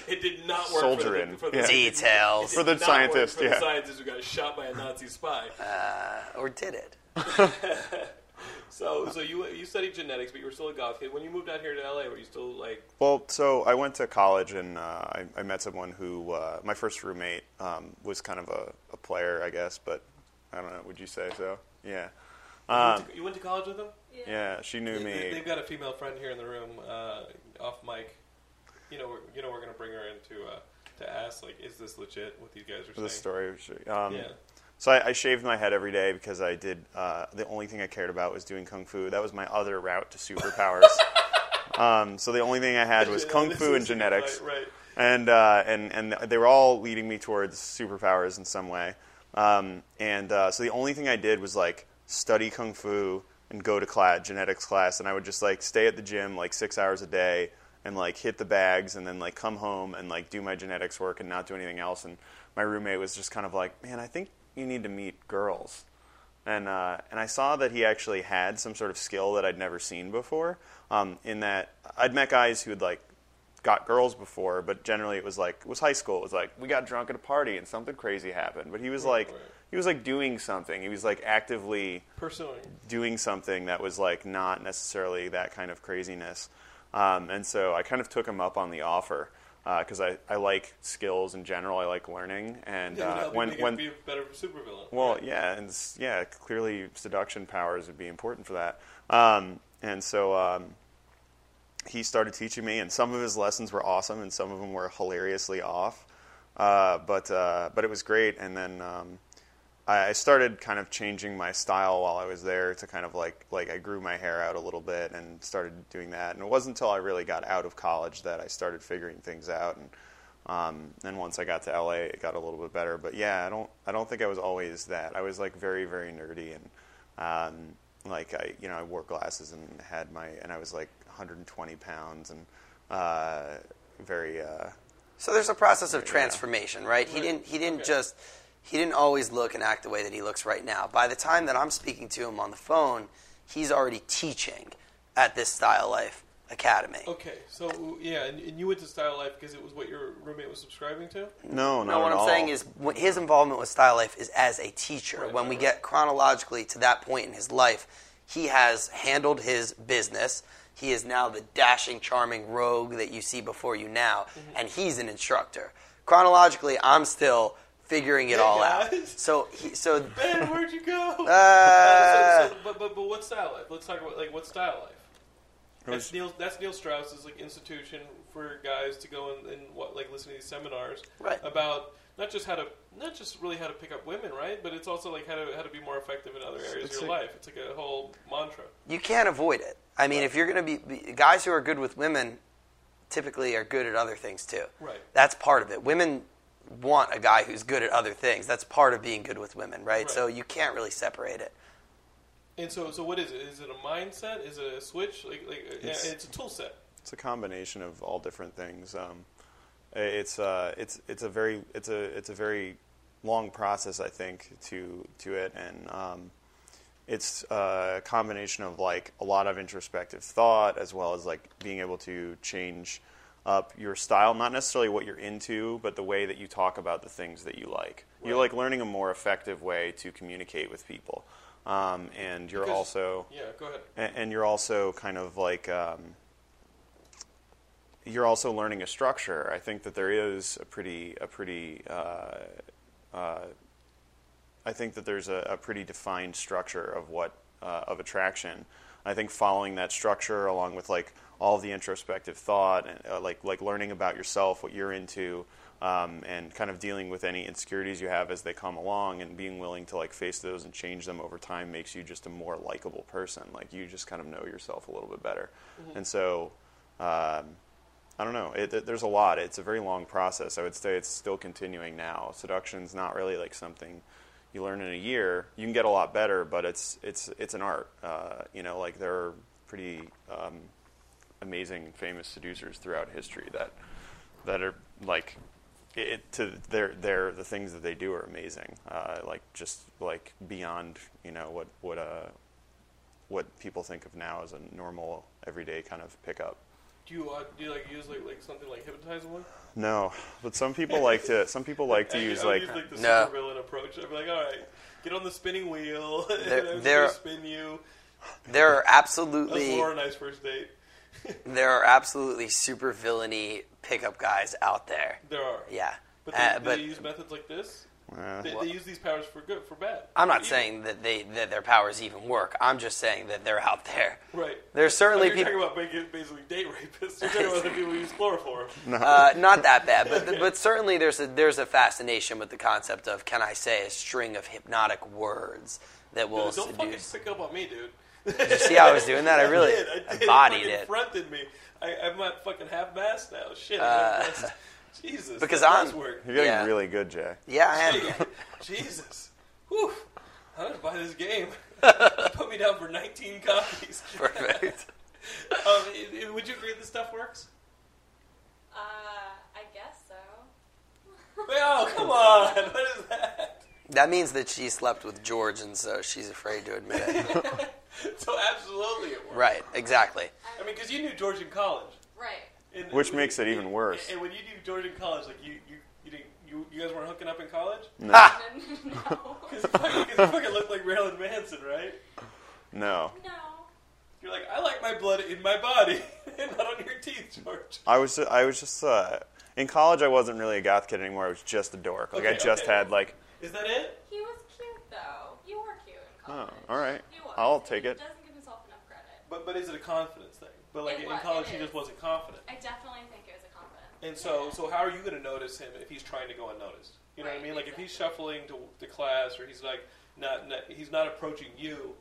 S1: It did not work for the,
S4: Soldier in,
S1: for the,
S4: yeah.
S1: it did
S3: Details,
S4: For the
S1: not work
S4: scientist,
S1: for
S4: yeah.
S1: the scientist who got shot by a Nazi spy.
S3: or did it?
S1: So, so you you studied genetics, but you were still a goth kid. When you moved out here to LA, were you still like?
S4: Well, so I went to college and uh, I, I met someone who uh, my first roommate um, was kind of a, a player, I guess, but I don't know. Would you say so? Yeah, Uh.
S1: you, went to, you went to college with them?
S4: yeah. She knew
S1: They,
S4: me.
S1: have got a female friend here in the room, uh, off mic. You know, we're, you know, we're gonna bring her in to uh, to ask like, is this legit? What these guys are saying?
S4: The story. was she- Um,
S1: Yeah.
S4: So I, I shaved my head every day because I did. Uh, the only thing I cared about was doing kung fu. That was my other route
S1: *laughs*
S4: to superpowers. um, so the only thing I had was
S1: Yeah,
S4: kung
S1: this
S4: fu and
S1: is-
S4: genetics.
S1: Right. right.
S4: and uh, and and they were all leading me towards superpowers in some way. Um, and uh, so the only thing I did was like study kung fu and go to class, genetics class, and I would just like stay at the gym like six hours a day and like hit the bags and then like come home and like do my genetics work and not do anything else. And my roommate was just kind of like, man, I think you need to meet girls and uh, and I saw that he actually had some sort of skill that I'd never seen before. Um, in that I'd met guys who had like got girls before, but generally it was like it was high school. It was like we got drunk at a party and something crazy happened. But he was like
S1: right.
S4: he was like doing something. He was like actively
S1: Pursuing.
S4: doing something that was like not necessarily that kind of craziness. Um, and so I kind of took him up on the offer because I, I like skills in general. I like learning, and
S1: Yeah,
S4: uh,
S1: uh,
S4: when when
S1: be a better supervillain.
S4: well, yeah, and s- yeah, clearly seduction powers would be important for that. Um, and so um, he started teaching me, and some of his lessons were awesome, and some of them were hilariously off. Uh, but uh, but it was great, and then um, I, I started kind of changing my style while I was there to kind of like like I grew my hair out a little bit and started doing that. And it wasn't until I really got out of college that I started figuring things out. And um, then once I got to LA, it got a little bit better. But yeah, I don't I don't think I was always that. I was like very very nerdy and um, like I you know I wore glasses and had my and I was like 120 pounds and uh, very uh,
S3: So there's a process of transformation, right? He didn't. He didn't just. He didn't always look and act the way that he looks right now. By the time that I'm speaking to him on the phone, he's already teaching at this Style Life Academy.
S1: Okay, so yeah, and, and you went to Style Life because it was what your roommate was subscribing to.
S4: no not
S3: No, what
S4: at
S3: I'm
S4: all.
S3: saying is wh- his involvement with Style Life is as a teacher.
S1: Right,
S3: when
S1: right,
S3: we
S1: right.
S3: get chronologically to that point in his life, he has handled his business. He is now the dashing, charming rogue that you see before you now,
S1: Mm-hmm.
S3: and he's an instructor. Chronologically, I'm still figuring it all out.
S1: guys.
S3: So, he, so
S1: Man, where'd you go?
S4: *laughs*
S1: so,
S3: Uh.
S1: so, but, but but what style life? Let's talk about like what style life. That's
S4: was-
S1: Neil. That's Neil Strauss's like institution for guys to go and, and what like listen to these seminars
S3: Right.
S1: about not just how to not just really how to pick up women, right? But it's also like how to how to be more effective in other areas
S4: it's
S1: of your
S4: a-
S1: life. It's like a whole mantra.
S3: you can't avoid it. I mean, if you're going to be, be guys who are good with women, typically are good at other things too.
S1: Right.
S3: That's part of it. Women want a guy who's good at other things. That's part of being good with women, right? So
S1: Right. *laughs*
S3: you can't really separate it.
S1: And so, so what is it? Is it a mindset? Is it a switch? Like, like it's,
S4: It's-
S1: it's a tool set.
S4: It's a combination of all different things. Um, it's uh, it's it's a very it's a it's a very long process, I think, to to it, and um, it's uh, a combination of like a lot of introspective thought as well as like being able to change up your style, not necessarily what you're into, but the way that you talk about the things that you like. You're
S1: Right.
S4: like learning a more effective way to communicate with people, um, and you're
S1: 'Cause-
S4: also
S1: yeah. Go ahead.
S4: and, and you're also kind of like um, you're also learning a structure. I think that there is a pretty a pretty uh, uh, I think that there's a, a pretty defined structure of what uh, of attraction. I think following that structure, along with like all the introspective thought and uh, like like learning about yourself, what you're into, um, and kind of dealing with any insecurities you have as they come along, and being willing to like face those and change them over time, makes you just a more likable person. Like you just kind of know yourself a little bit better, and so. Um, I don't know. It, there's a lot. It's a very long process. I would say it's still continuing now. Seduction's not really like something you learn in a year. You can get a lot better, but it's it's it's an art. Uh, you know, like there are pretty um, amazing and famous seducers throughout history that that are like it, it- to their their the things that they do are amazing. Uh, like just like beyond you know what what uh what people think of now as a normal everyday kind of pickup.
S1: Do you uh, do you like use like, like something like hypnotizing one?
S4: No, but some people like to. Some people like to
S1: I-
S4: use
S1: I would
S4: like.
S1: use like the
S3: No.
S1: super villain approach. I'd be like, all right, get on the spinning wheel. *laughs*
S3: There-
S1: and I'm
S3: there-
S1: gonna spin you.
S3: There are
S1: That's
S3: absolutely
S1: more a nice first date.
S3: there are absolutely super villainy pickup guys out there.
S1: There are.
S3: Yeah,
S1: But they,
S3: Uh,
S1: they
S3: but
S1: use methods like this.
S4: Uh,
S1: They, they use these powers for good, for bad.
S3: I'm not
S1: Even-
S3: saying that they that their powers even work. I'm just saying that they're out there.
S1: Right.
S3: There's certainly
S1: You're
S3: people.
S1: talking about making- basically date rapists. You're talking about the people who use chloroform.
S3: Uh, not that bad, but but certainly there's a there's a fascination with the concept of can I say a string of hypnotic words that will
S1: Don't fucking
S3: seduce.
S1: pick up on me, dude.
S3: Did you see how I was doing that? I really
S1: did. *laughs* I did.
S3: embodied
S1: it. fucking
S3: it.
S1: Fronted me. I, I'm at fucking half mast now. Shit. I'm half mast. *laughs* Jesus.
S3: Uh, because
S1: that
S3: I'm-
S1: does work.
S4: you're getting
S3: yeah.
S4: really good, Jay.
S3: Yeah, I am.
S1: *laughs* Jesus. Whew. I'm gonna buy this game. Put me down for 19 copies. um, *laughs*
S3: Perfect.
S1: i- i- would you agree this stuff works?
S5: Uh, I guess so.
S1: Oh, come on. *laughs* What is that?
S3: *laughs* That means that she slept with George, and so she's afraid to admit
S1: *laughs*
S3: it.
S1: So absolutely it works.
S3: right? Exactly.
S1: I mean, because you knew George in college.
S5: Right.
S1: And-
S4: Which
S1: and-
S4: makes it
S1: and-
S4: even worse.
S1: And, when you knew George in college, like you, you, you, didn't, you, you guys weren't hooking up in college. No.
S5: *laughs* no.
S1: Because
S4: *laughs*
S1: you fucking 'cause you fucking looked like Marilyn Manson, right?
S4: No,
S5: No.
S1: You're like, I like my blood in my body, *laughs* and not on your teeth, George.
S4: I was. ju- I was just. Uh, in college, I wasn't really a goth kid anymore. I was just a dork. Like I
S1: Okay,
S4: just
S1: okay.
S4: had like.
S1: Is that it?
S5: He was cute though. You were cute in
S4: Oh,
S5: college.
S4: all right.
S5: He was.
S4: I'll take
S5: he
S4: it.
S5: doesn't give himself enough credit.
S1: But but is it a confidence thing? But like
S5: It
S1: in
S5: was-
S1: college,
S5: it
S1: he just
S5: is.
S1: wasn't confident.
S5: I definitely think it was a confidence.
S1: And so so how are you going to notice him if he's trying to go unnoticed? You know what I
S5: Right,
S1: mean? Like if he's shuffling to the class or he's like not, not he's not approaching you.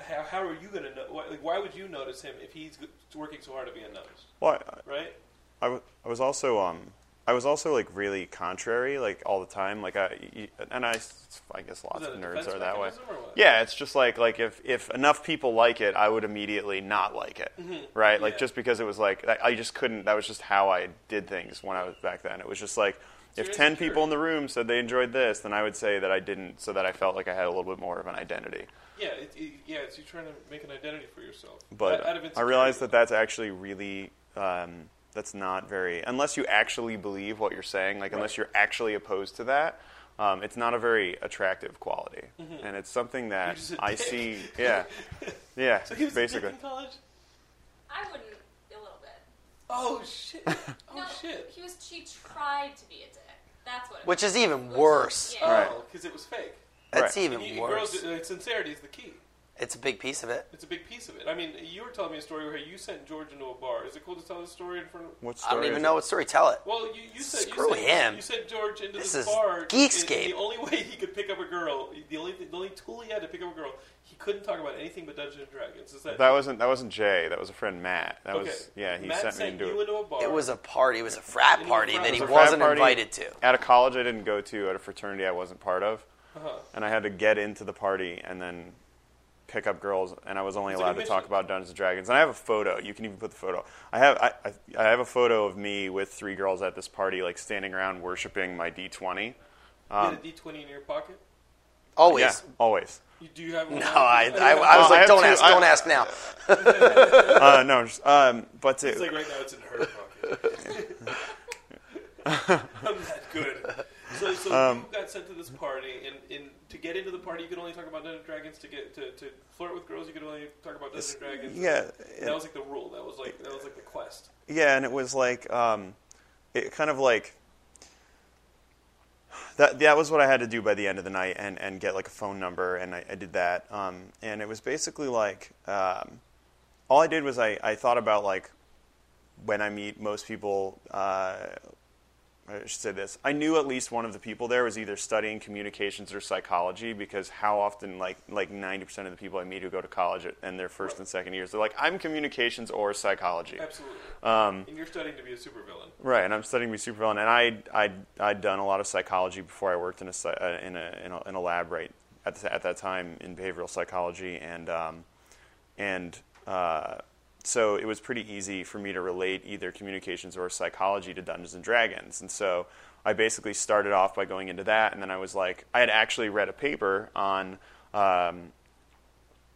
S1: How, how are you going to know? Why, like, why would you notice him if he's g- working so hard to be unnoticed?
S4: Well, I-
S1: Right?
S4: I, w- I was also um I was also like really contrary like all the time like I y- and I s- I guess lots
S1: that
S4: of
S1: a
S4: nerds
S1: defense
S4: are that way.
S1: mechanism or what?
S4: Yeah, it's just like like if if enough people like it, I would immediately not like it, right?
S1: Mm-hmm.
S4: Like
S1: Yeah.
S4: just because it was like I, I just couldn't. That was just how I did things when I was back then. It was just like if
S1: you're
S4: ten
S1: insecure.
S4: people in the room said they enjoyed this, then I would say that I didn't, so that I felt like I had a little bit more of an identity.
S1: Yeah, it, it, yeah, it's you trying to make an identity for yourself. Out- out
S4: But
S1: of
S4: I
S1: insecurity.
S4: realized that that's actually really um, that's not very unless you actually believe what you're saying. Like unless you're actually opposed to that, um, it's not a very attractive quality, and it's something
S1: Mm-hmm. You're
S4: that
S1: just a
S4: I
S1: dick.
S4: see.
S1: *laughs*
S4: Yeah,
S1: *laughs*
S4: yeah,
S1: So he was a dick
S4: basically.
S1: in college.
S5: I wouldn't a little bit.
S1: Oh
S4: *laughs*
S1: shit! Oh
S5: no,
S1: shit!
S5: He was. She tried to be a dick. That's what. It
S3: Which
S5: was.
S3: is even worse.
S5: Yeah.
S4: Right.
S1: Oh, because it was fake.
S3: That's
S4: Right.
S3: even
S1: You-
S3: worse.
S1: Girls, uh, sincerity is the key.
S3: It's a big piece of it.
S1: It's a big piece of it. I mean, you were telling me a story where you sent George into a bar. Is it cool to tell the story in front of?
S4: What
S3: I
S4: story
S3: don't
S4: is
S3: even
S4: it?
S3: know what story. Tell it.
S1: Well, you, you said
S3: Screw
S1: you said,
S3: him.
S1: You said George into
S3: This
S1: this,
S3: is
S1: bar.
S3: Geekscape.
S1: The only way he could pick up a girl, the only the only tool he had to pick up a girl, he couldn't talk about anything but Dungeons and Dragons. Is that,
S4: That wasn't that wasn't Jay. That was a friend Matt. That
S1: okay?
S4: was yeah. He
S1: Matt
S4: sent me
S1: sent
S4: into
S1: you
S4: it.
S1: into a bar.
S3: It was a party. It was a frat
S1: was a
S3: party
S1: frat-
S3: that
S1: it
S3: he
S1: was
S4: a frat
S3: wasn't
S4: party
S3: invited to.
S4: At a college I didn't
S1: Uh-huh.
S4: go to, at a fraternity I wasn't part of, and I had to get into the party and then pick up girls, and I was only
S1: It's like a
S4: allowed to talk
S1: mission.
S4: about Dungeons and Dragons. And I have a photo. You can even put the photo. I have I, I, I have a photo of me with three girls at this party, like standing around worshiping my D20.
S1: you had a D twenty in your pocket.
S3: Always.
S4: Yeah, always.
S1: You do you have?
S3: No, I, I, I
S4: Well,
S3: was
S4: I have
S3: like, don't
S4: two-
S3: ask,
S4: I-
S3: don't ask now.
S4: Uh, no, just, um, but to,
S1: It's like right now it's in her pocket.
S4: *laughs*
S1: *laughs* I'm that good. So, so
S4: Um,
S1: you got sent to this party, and, and to get into the party, you could only talk about Dungeons and Dragons. To get to, to flirt with girls, you could only talk about Dungeons and Dragons.
S4: yeah,
S1: And that was like the rule. That was like that was like the quest.
S4: Yeah, and it was like um, it kind of like that. That was what I had to do by the end of the night, and, and get like a phone number, and I, I did that. Um, and it was basically like um, all I did was I, I thought about like when I meet most people. Uh, I should say this. I knew at least one of the people there was either studying communications or psychology because how often like like 90% of the people I meet who go to college and their first and second years they're like I'm communications or psychology.
S1: Absolutely.
S4: Um,
S1: and you're studying to be a supervillain.
S4: Right, and I'm studying to be supervillain, and I I I'd done a lot of psychology before I worked in a psy- uh, in a in a, in a lab right at the, at that time in behavioral psychology, and um, and uh, so it was pretty easy for me to relate either communications or psychology to Dungeons and Dragons, and so I basically started off by going into that, and then I was like I had actually read a paper on. Um,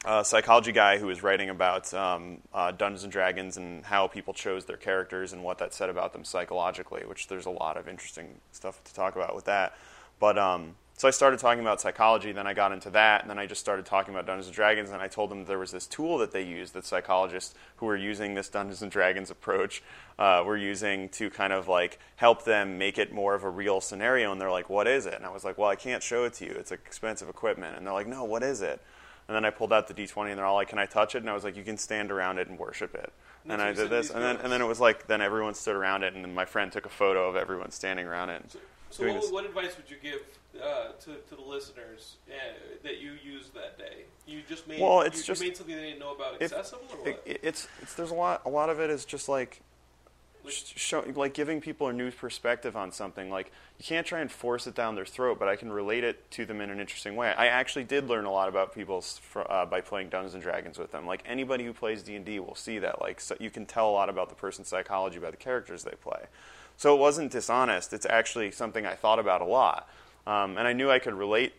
S4: a psychology guy who was writing about um, uh, Dungeons and Dragons and how people chose their characters and what that said about them psychologically, which there's a lot of interesting stuff to talk about with that. But um, so I started talking about psychology, then I got into that, and then I just started talking about Dungeons and Dragons, and I told them there was this tool that they used that psychologists who were using this Dungeons and Dragons approach uh, were using to kind of like help them make it more of a real scenario. And they're like, "What is it?" And I was like, "Well, I can't show it to you. It's expensive equipment." And they're like, "No, what is it?" And then I pulled out the D20, and they're all like, "Can I touch it?" And I was like, "You can stand around it and worship it." And,
S1: so
S4: I
S1: you said
S4: did this,
S1: these
S4: and then
S1: girls-
S4: and then it was like, then everyone stood around it, and then my friend took a photo of everyone standing around it. And
S1: So,
S4: doing
S1: what,
S4: this.
S1: what advice would you give uh, to, to the listeners uh, that you used that day? You just made
S4: Well, it's
S1: you,
S4: just-
S1: you made something they didn't know about
S4: If-
S1: accessible or
S4: it-
S1: what?
S4: it's, it's there's a lot a lot of it is just like sh- show, like giving people a new perspective on something like you can't try and force it down their throat but i can relate it to them in an interesting way i actually did learn a lot about people s- fr- uh, by playing dungeons and dragons with them like anybody who plays d&d will see that like so you can tell a lot about the person's psychology by the characters they play so it wasn't dishonest it's actually something i thought about a lot um, and i knew i could relate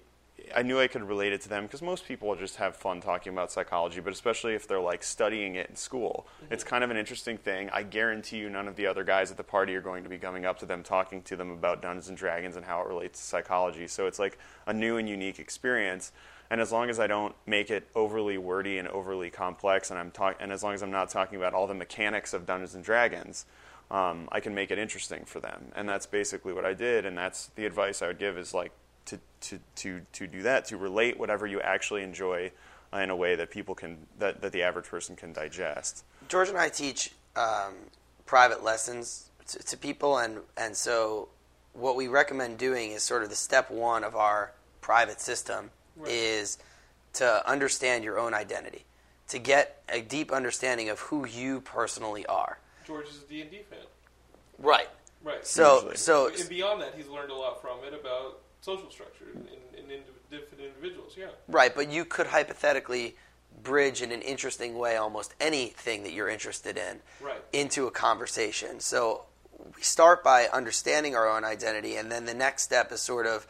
S4: I knew I could relate it to them because most people just have fun talking about psychology, but especially if they're like studying it in school, it's kind of an interesting thing. I guarantee you, none of the other guys at the party are going to be coming up to them talking to them about Dungeons and Dragons and how it relates to psychology. So it's like a new and unique experience. And as long as I don't make it overly wordy and overly complex, and I'm talk- and as long as I'm not talking about all the mechanics of Dungeons and Dragons, um, I can make it interesting for them. And that's basically what I did. And that's the advice I would give is like to, to, to, to do that, to relate whatever you actually enjoy uh, in a way that people can, that, that the average person can digest.
S3: George and I teach um, private lessons to, to people, and and so what we recommend doing is sort of the step one of our private system is to understand your own identity, to get a deep understanding of who you personally are.
S1: George is a D and D fan,
S3: Right.
S1: right?
S3: So
S4: Usually.
S3: so
S1: and beyond that, he's learned a lot from it about social structure and, and, and indiv- different individuals. Yeah,
S3: Right, but you could hypothetically bridge in an interesting way almost anything that you're interested in
S1: Right.
S3: into a conversation. So we start by understanding our own identity, and then the next step is sort of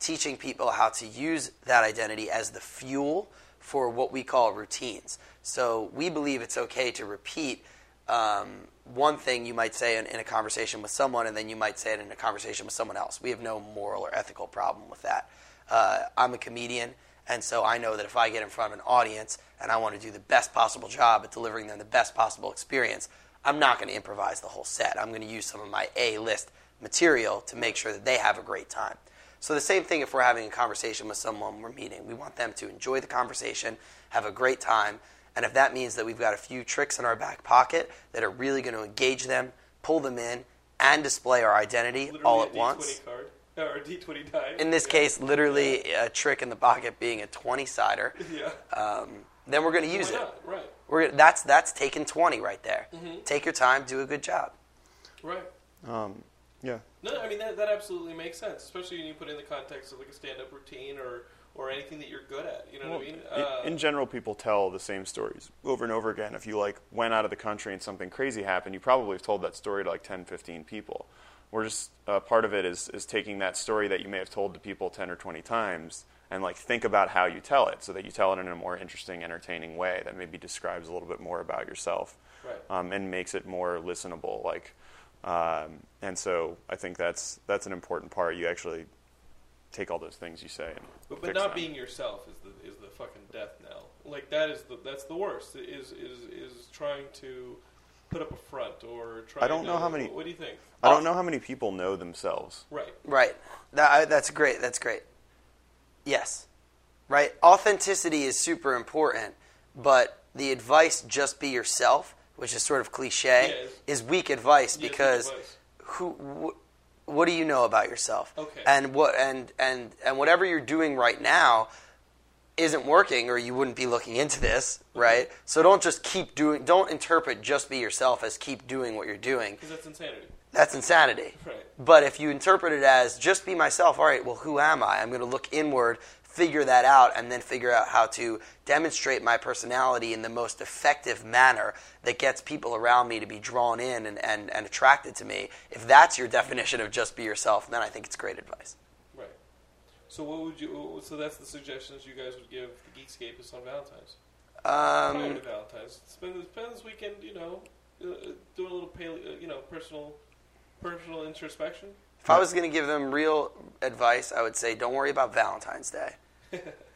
S3: teaching people how to use that identity as the fuel for what we call routines. So we believe it's okay to repeat um, one thing you might say in, in a conversation with someone, and then you might say it in a conversation with someone else. We have no moral or ethical problem with that. Uh, I'm a comedian, and so I know that if I get in front of an audience and I want to do the best possible job at delivering them the best possible experience, I'm not going to improvise the whole set. I'm going to use some of my A list material to make sure that they have a great time. So, the same thing if we're having a conversation with someone we're meeting. We want them to enjoy the conversation, have a great time, and if that means that we've got a few tricks in our back pocket that are really going to engage them, pull them in, and display our identity
S1: literally
S3: all
S1: a
S3: at once.
S1: D20 card or a D twenty die.
S3: In this case, literally a trick in the pocket being a 20 sider,
S1: *laughs*
S3: Um,
S1: yeah,
S3: then we're going to use
S1: why
S3: it.
S1: not? Right, Mm-hmm.
S3: We're gonna, that's, that's taking 20 right there. Take your time, do a good job.
S1: right.
S4: Yeah.
S1: No, I mean that, that absolutely makes sense, especially when you put it in the context of like a stand-up routine or or anything that you're good at. You know
S4: Well,
S1: what I mean?
S4: i-
S1: Uh,
S4: in general, people tell the same stories over and over again. If you like went out of the country and something crazy happened, you probably have told that story to like 10, 15 people. We're just uh, part of it is is taking that story that you may have told to people 10 or 20 times and like think about how you tell it so that you tell it in a more interesting, entertaining way that maybe describes a little bit more about yourself
S1: Right.
S4: um, and makes it more listenable. Like, um, and so I think that's that's an important part. You actually take all those things you say and
S1: But,
S4: fix
S1: but not
S4: them.
S1: being yourself is the is the fucking death knell. Like that is the that's the worst. Is is is trying to put up a front or trying.
S4: don't know
S1: to-
S4: how many-
S1: What do you think?
S4: I don't know how many people know themselves.
S1: Right.
S3: Right. That, I, that's great. That's great. Yes. Right. Authenticity is super important, but the advice just be yourself, which is sort of cliche,
S1: Yeah, it's-
S3: is weak advice
S1: Yeah,
S3: because
S1: advice.
S3: who wh- what do you know about yourself?
S1: Okay.
S3: And what and and and whatever you're doing right now isn't working or you wouldn't be looking into this, right? So don't just keep doing don't interpret just be yourself as keep doing what you're doing
S1: Because that's insanity.
S3: that's insanity.
S1: Right.
S3: But if you interpret it as just be myself, all right, well, who am I? I'm going to look inward, figure that out, and then figure out how to demonstrate my personality in the most effective manner that gets people around me to be drawn in and, and, and attracted to me. If that's your definition of just be yourself, then I think it's great advice.
S1: Right. So what would you? So that's the suggestions you guys would give the Geekscapists on Valentine's. Prior
S3: Um,
S1: to Valentine's, spend spend this weekend. You know, uh, doing a little paleo, uh, you know personal personal
S3: *laughs*
S1: introspection.
S3: if I was going to give them real advice, I would say don't worry about Valentine's Day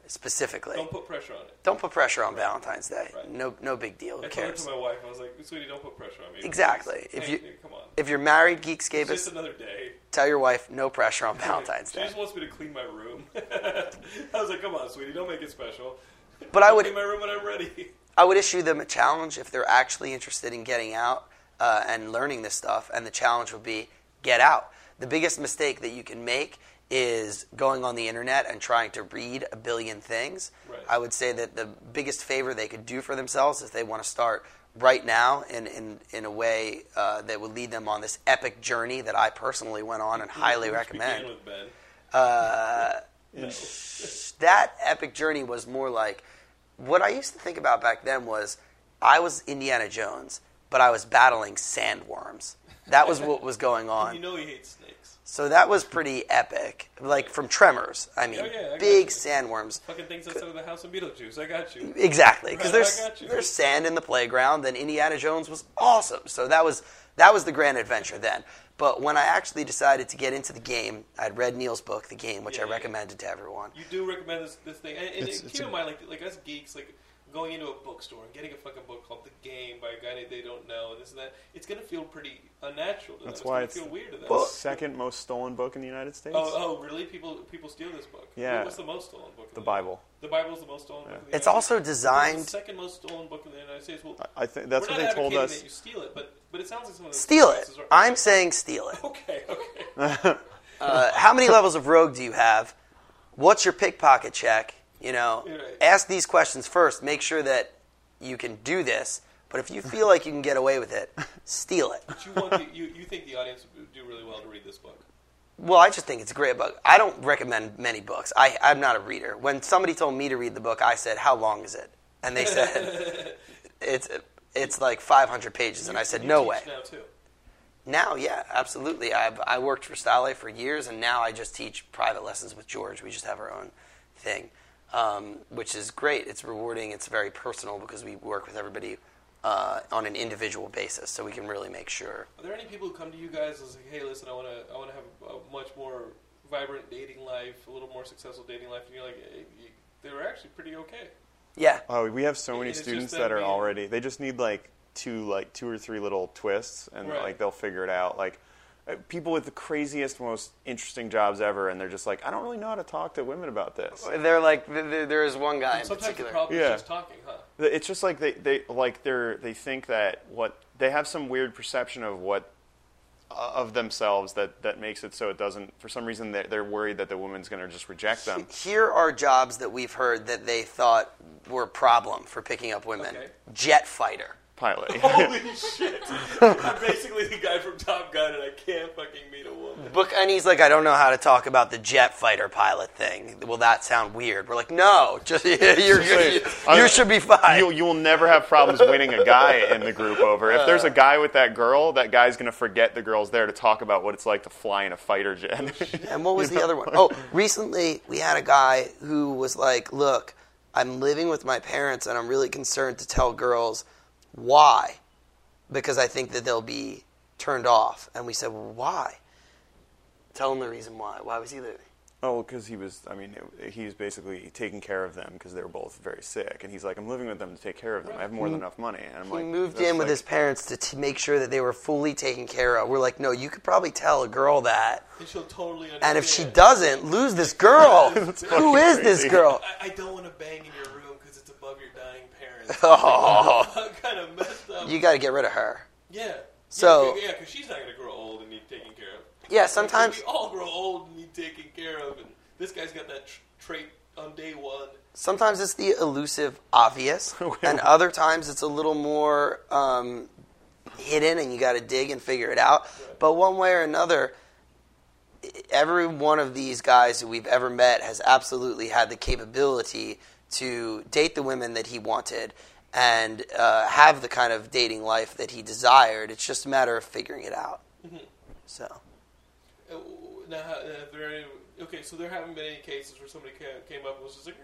S3: specifically.
S1: Don't put pressure on it.
S3: Don't put pressure on Valentine's Day.
S1: Right.
S3: No, no big deal. Who
S1: I told it
S3: cares?
S1: to my wife. I was like, "Sweetie, don't put pressure on me."
S3: Exactly.
S1: Please.
S3: If
S1: Hey,
S3: you-
S1: dude, come on,
S3: If you're married,
S1: it's just
S3: Geekscapists,
S1: another day.
S3: tell your wife no pressure on Valentine's
S1: she
S3: Day.
S1: just wants me to clean my room. *laughs* I was like, "Come on, sweetie, don't make it special."
S3: But I
S1: clean
S3: would
S1: my room when I'm ready.
S3: I would issue them a challenge if they're actually interested in getting out uh, and learning this stuff. And the challenge would be get out. The biggest mistake that you can make is going on the internet and trying to read a billion things.
S1: Right.
S3: I would say that the biggest favor they could do for themselves is they want to start right now in, in, in a way uh, that would lead them on this epic journey that I personally went on and highly
S1: Which
S3: recommend.
S1: Began with Ben.
S3: that epic journey was more like what I used to think about back then was I was Indiana Jones, but I was battling sandworms. That was what was
S1: *laughs*
S3: going
S1: You
S3: on.
S1: know he hates snakes.
S3: So that was pretty epic. Like from Tremors, I mean,
S1: Oh, yeah, I got
S3: big
S1: you.
S3: sandworms.
S1: Fucking things outside of the house in Beetlejuice. I got
S4: *laughs*
S1: you.
S3: Exactly, because
S1: Right,
S3: there's
S1: I got you.
S3: there's sand in the playground. Then Indiana Jones was awesome. So that was that was the grand adventure then. But when I actually decided to get into the game, I'd read Neil's book, The Game, which
S1: Yeah,
S3: I
S1: yeah.
S3: recommended to everyone.
S1: You do recommend this this thing, and, and
S4: It's-
S1: keep
S4: it's
S1: in
S4: a-
S1: mind, like like us geeks, like going into a bookstore and getting a fucking book called The Game by a guy that they don't know, and this and that. It's gonna feel pretty unnatural to them.
S4: That's
S1: it's
S4: why
S1: gonna
S4: it's
S1: feel weird to them.
S4: the second most stolen book in the United States.
S1: Oh, oh, really? People people steal this book.
S4: Yeah.
S1: What's the most stolen book? in
S4: The Bible.
S1: The Bible is the most stolen. book in the
S3: It's
S1: United
S3: also
S1: States.
S3: designed-
S1: It's the second most stolen book in the United States. Well,
S4: I think that's
S1: we're
S4: what
S1: not
S4: they told
S1: advocating
S4: us.
S1: That you steal it, but but it sounds like some of those
S3: Steal it.
S1: places are-
S3: I'm saying steal it.
S1: *laughs* okay. Okay.
S3: Uh, how many levels of rogue do you have? What's your pickpocket check? You know,
S1: You're right.
S3: ask these questions first. Make sure that you can do this. But if you feel like you can get away with it, steal it.
S1: you, want the, you you think the audience would do really well to read this book?
S3: Well, I just think it's a great book. I don't recommend many books. I, I'm not a reader. When somebody told me to read the book, I said, "How long is it?" And they said,
S1: *laughs*
S3: "It's it's like 500 pages." And I said,
S1: You
S3: "No
S1: teach
S3: way."
S1: Now too.
S3: Now, yeah, absolutely. I've I worked for Style for years, and now I just teach private lessons with George. We just have our own thing, um, which is great. It's rewarding. It's very personal because we work with everybody uh, on an individual basis, so we can really make sure.
S1: Are there any people who come to you guys and say, "Hey, listen, I want to, I want to have a much more vibrant dating life, a little more successful dating life," and you're like, eh, you, "They're actually pretty okay."
S3: Yeah,
S4: Oh, we have so
S1: And
S4: many
S1: it's just
S4: students
S1: them
S4: that are
S1: being-
S4: already. They just need like two, like two or three little twists, and
S1: Right.
S4: like they'll figure it out. Like uh, people with the craziest, most interesting jobs ever, and they're just like, I don't really know how to talk to women about this.
S3: they're like th- th- there is one guy in
S1: Sometimes
S3: particular.
S1: the problem
S4: Yeah.
S1: is just talking, huh? *laughs*
S4: The- It's just like they, they like they're they think that what they have some weird perception of what uh, of themselves that that makes it so it doesn't. For some reason, they're, they're worried that the woman's going to just
S3: *laughs*
S4: reject them.
S3: Here are jobs that we've heard that they thought were a problem for picking up women.
S1: Okay.
S3: Jet fighter.
S4: Pilot.
S3: Oh
S1: Holy shit! I'm basically the guy from Top Gun, and I can't fucking meet a woman.
S3: book, and he's like, I don't know how to talk about the jet fighter pilot thing. Will that sound weird? We're like, no, *laughs* just you're, you you should be fine.
S4: *laughs* You, you will never have problems winning a guy in the group over. If
S3: Uh.
S4: there's a guy with that girl, that guy's going to forget the girl's there to talk about what it's like to fly in a fighter jet. *laughs*
S3: And what was the other one? Oh, recently we had a guy who was like, "Look, I'm living with my parents, and I'm really concerned to tell girls why, because I think that they'll be turned off." And we said, well, "Why?" Tell him the reason why. Why was he leaving?
S4: Oh, because he was, I mean, it, he was basically taking care of them because they were both very sick. And he's like, I'm living with them to take care of them. I have more than enough money. And I'm
S3: Mm-hmm. He
S4: like,
S3: moved
S4: that's
S3: in with
S4: like-
S3: his parents to t- make sure that they were fully taken care of. We're like, "No, you could probably tell a girl that."
S1: And she'll totally understand.
S3: And if she doesn't, lose this girl. Who is this
S4: crazy.
S3: girl?
S1: I, I don't want to bang in your room because it's above your dying parents.
S3: *laughs* Oh,
S1: *laughs* kind of messed up.
S3: you got to get rid of her.
S1: yeah.
S3: So-
S1: yeah, because she's not gonna grow old and need taken care of.
S3: Yeah, sometimes
S1: we all grow old and need taken care of, and this guy's got that tr- trait on day one.
S3: sometimes it's the elusive
S4: *laughs*
S3: obvious, and other times it's a little more um, hidden, and you got to dig and figure it out. But one way or another, i- every one of these guys who we've ever met has absolutely had the capability to date the women that he wanted and uh, have the kind of dating life that he desired. It's just a matter of figuring it out.
S4: Mm-hmm.
S3: So.
S1: Uh, Now, uh, if there are any, okay, so there haven't been any cases where somebody ca- came up and was just like,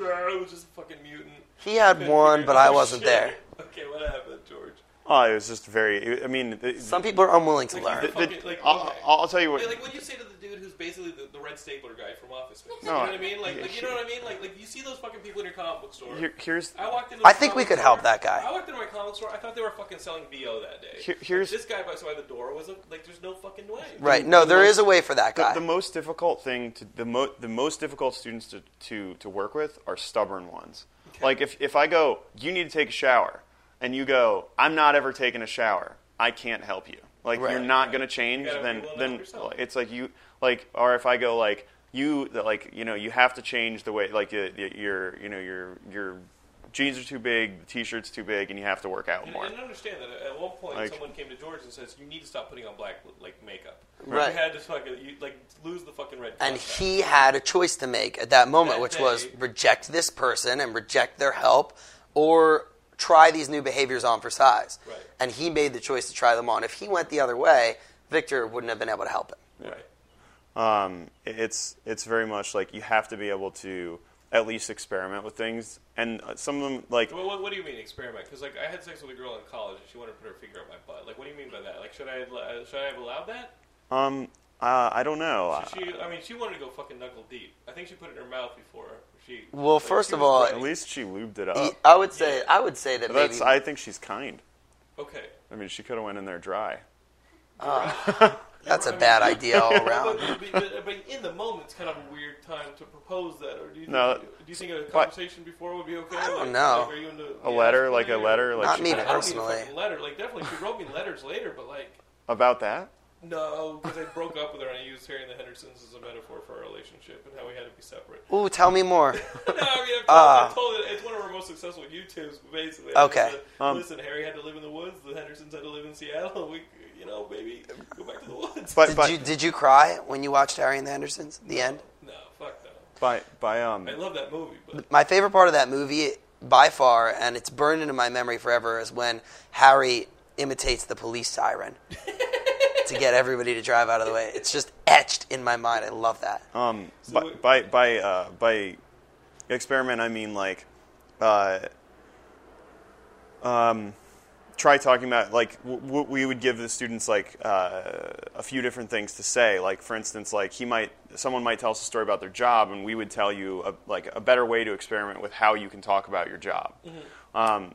S1: "Nah, it was just a fucking mutant.
S3: He had one, but
S1: *laughs*
S3: I wasn't there.
S1: Okay, what happened, George?
S4: Oh, it was just very, I mean, the-
S3: Some people are unwilling to learn.
S4: the-
S1: fucking, like,
S4: I'll,
S1: okay.
S4: I'll I'll tell you what.
S1: Yeah, like what you say to the dude who's basically the, the red stapler guy from Office
S3: *laughs*
S1: Space. You
S4: No,
S1: know what I mean? Like,
S4: yeah,
S1: like you know what I mean? Like, like you see those fucking people in your comic book store.
S4: here- here's
S1: I walked into.
S3: I
S1: a
S3: think we
S1: comic
S3: could help
S1: store-
S3: that guy.
S1: I walked into my comic store. I thought they were fucking selling VO that day.
S4: Here- here's-
S1: Like, this guy by, so by the door was a, like, there's no fucking way.
S3: Right. No, there is a way for that
S4: the,
S3: guy.
S4: the most difficult thing to the, mo- the most difficult students to, to, to work with are stubborn ones like if, if i go you need to take a shower and you go i'm not ever taking a shower i can't help you like
S3: Right.
S4: you're not going to change
S1: You gotta be
S4: then
S1: willing to help
S4: then
S1: yourself.
S4: it's like you like or if i go like you that like you know you have to change the way like y- y- your you know your your jeans are too big the t-shirt's too big and you have to work out
S1: And,
S4: more
S1: and understand that at one point
S4: Like-
S1: someone came to George and says, "You need to stop putting on black like makeup."
S3: Right.
S1: You had to fucking you, like lose the fucking red.
S3: And
S1: flag.
S3: he had a choice to make at that moment,
S1: That
S3: which
S1: day.
S3: was reject this person and reject their help or try these new behaviors on for size.
S1: Right.
S3: And he made the choice to try them on. If he went the other way, Victor wouldn't have been able to help him.
S1: Right.
S4: um, it's it's very much like you have to be able to at least experiment with things, and uh, some of them like
S1: Well, what, what do you mean experiment? Because like I had sex with a girl in college and she wanted to put her finger up my butt. Like, what do you mean by that? Like, should I uh, should I have allowed that?
S4: um uh, I don't know. I-
S1: She, I mean, she wanted to go fucking knuckle deep. I think she put it in her mouth before she.
S3: Well,
S1: like,
S3: first
S1: she
S3: of
S1: was
S3: all,
S4: at
S1: ready.
S4: least she lubed
S1: Oh.
S4: it
S3: He-
S4: up.
S3: I would say e- I would say that maybe
S4: That's I think she's kind.
S1: okay.
S4: I mean, she could have went in there dry.
S3: that's a bad idea
S4: *laughs*
S3: all
S1: But,
S3: around.
S1: but, but, but in the moment, it's kind of a weird time to propose that, or do you think,
S4: No.
S1: do you think a conversation before would be okay? I
S3: don't
S1: like,
S3: know.
S1: Like, are you into
S4: A letter, like a letter, like
S3: Not
S4: she-
S3: me
S1: I don't need a
S3: personally.
S1: fucking letter. Like, definitely, she wrote me letters later, but like,
S4: about that.
S1: no, because I broke up with her and I used Harry and the Hendersons as a metaphor for our relationship and how we had to be separate.
S3: Ooh, tell me more.
S1: no, *laughs* I mean, I've told, I've told it. It's one of our most successful YouTubes, basically. I
S3: Ah. Okay.
S1: just said,
S4: Um,
S1: Listen, Harry had to live in the woods. The Hendersons had to live in Seattle. We, you know, maybe go back to the woods.
S4: But
S3: Did
S4: but
S3: you did you cry when you watched Harry and the Hendersons? The end.
S1: no, fuck no.
S4: by by um
S1: I love that movie, but
S3: my favorite part of that movie by far and it's burned into my memory forever is when harry imitates the police
S1: *laughs*
S3: siren to get everybody to drive out of the way it's just etched in my mind i love that
S4: um by by by uh, by experiment I mean like uh um try talking about like w- w- we would give the students like uh, a few different things to say like for instance like he might someone might tell us a story about their job and we would tell you a, like a better way to experiment with how you can talk about your job
S1: Mm-hmm.
S4: um,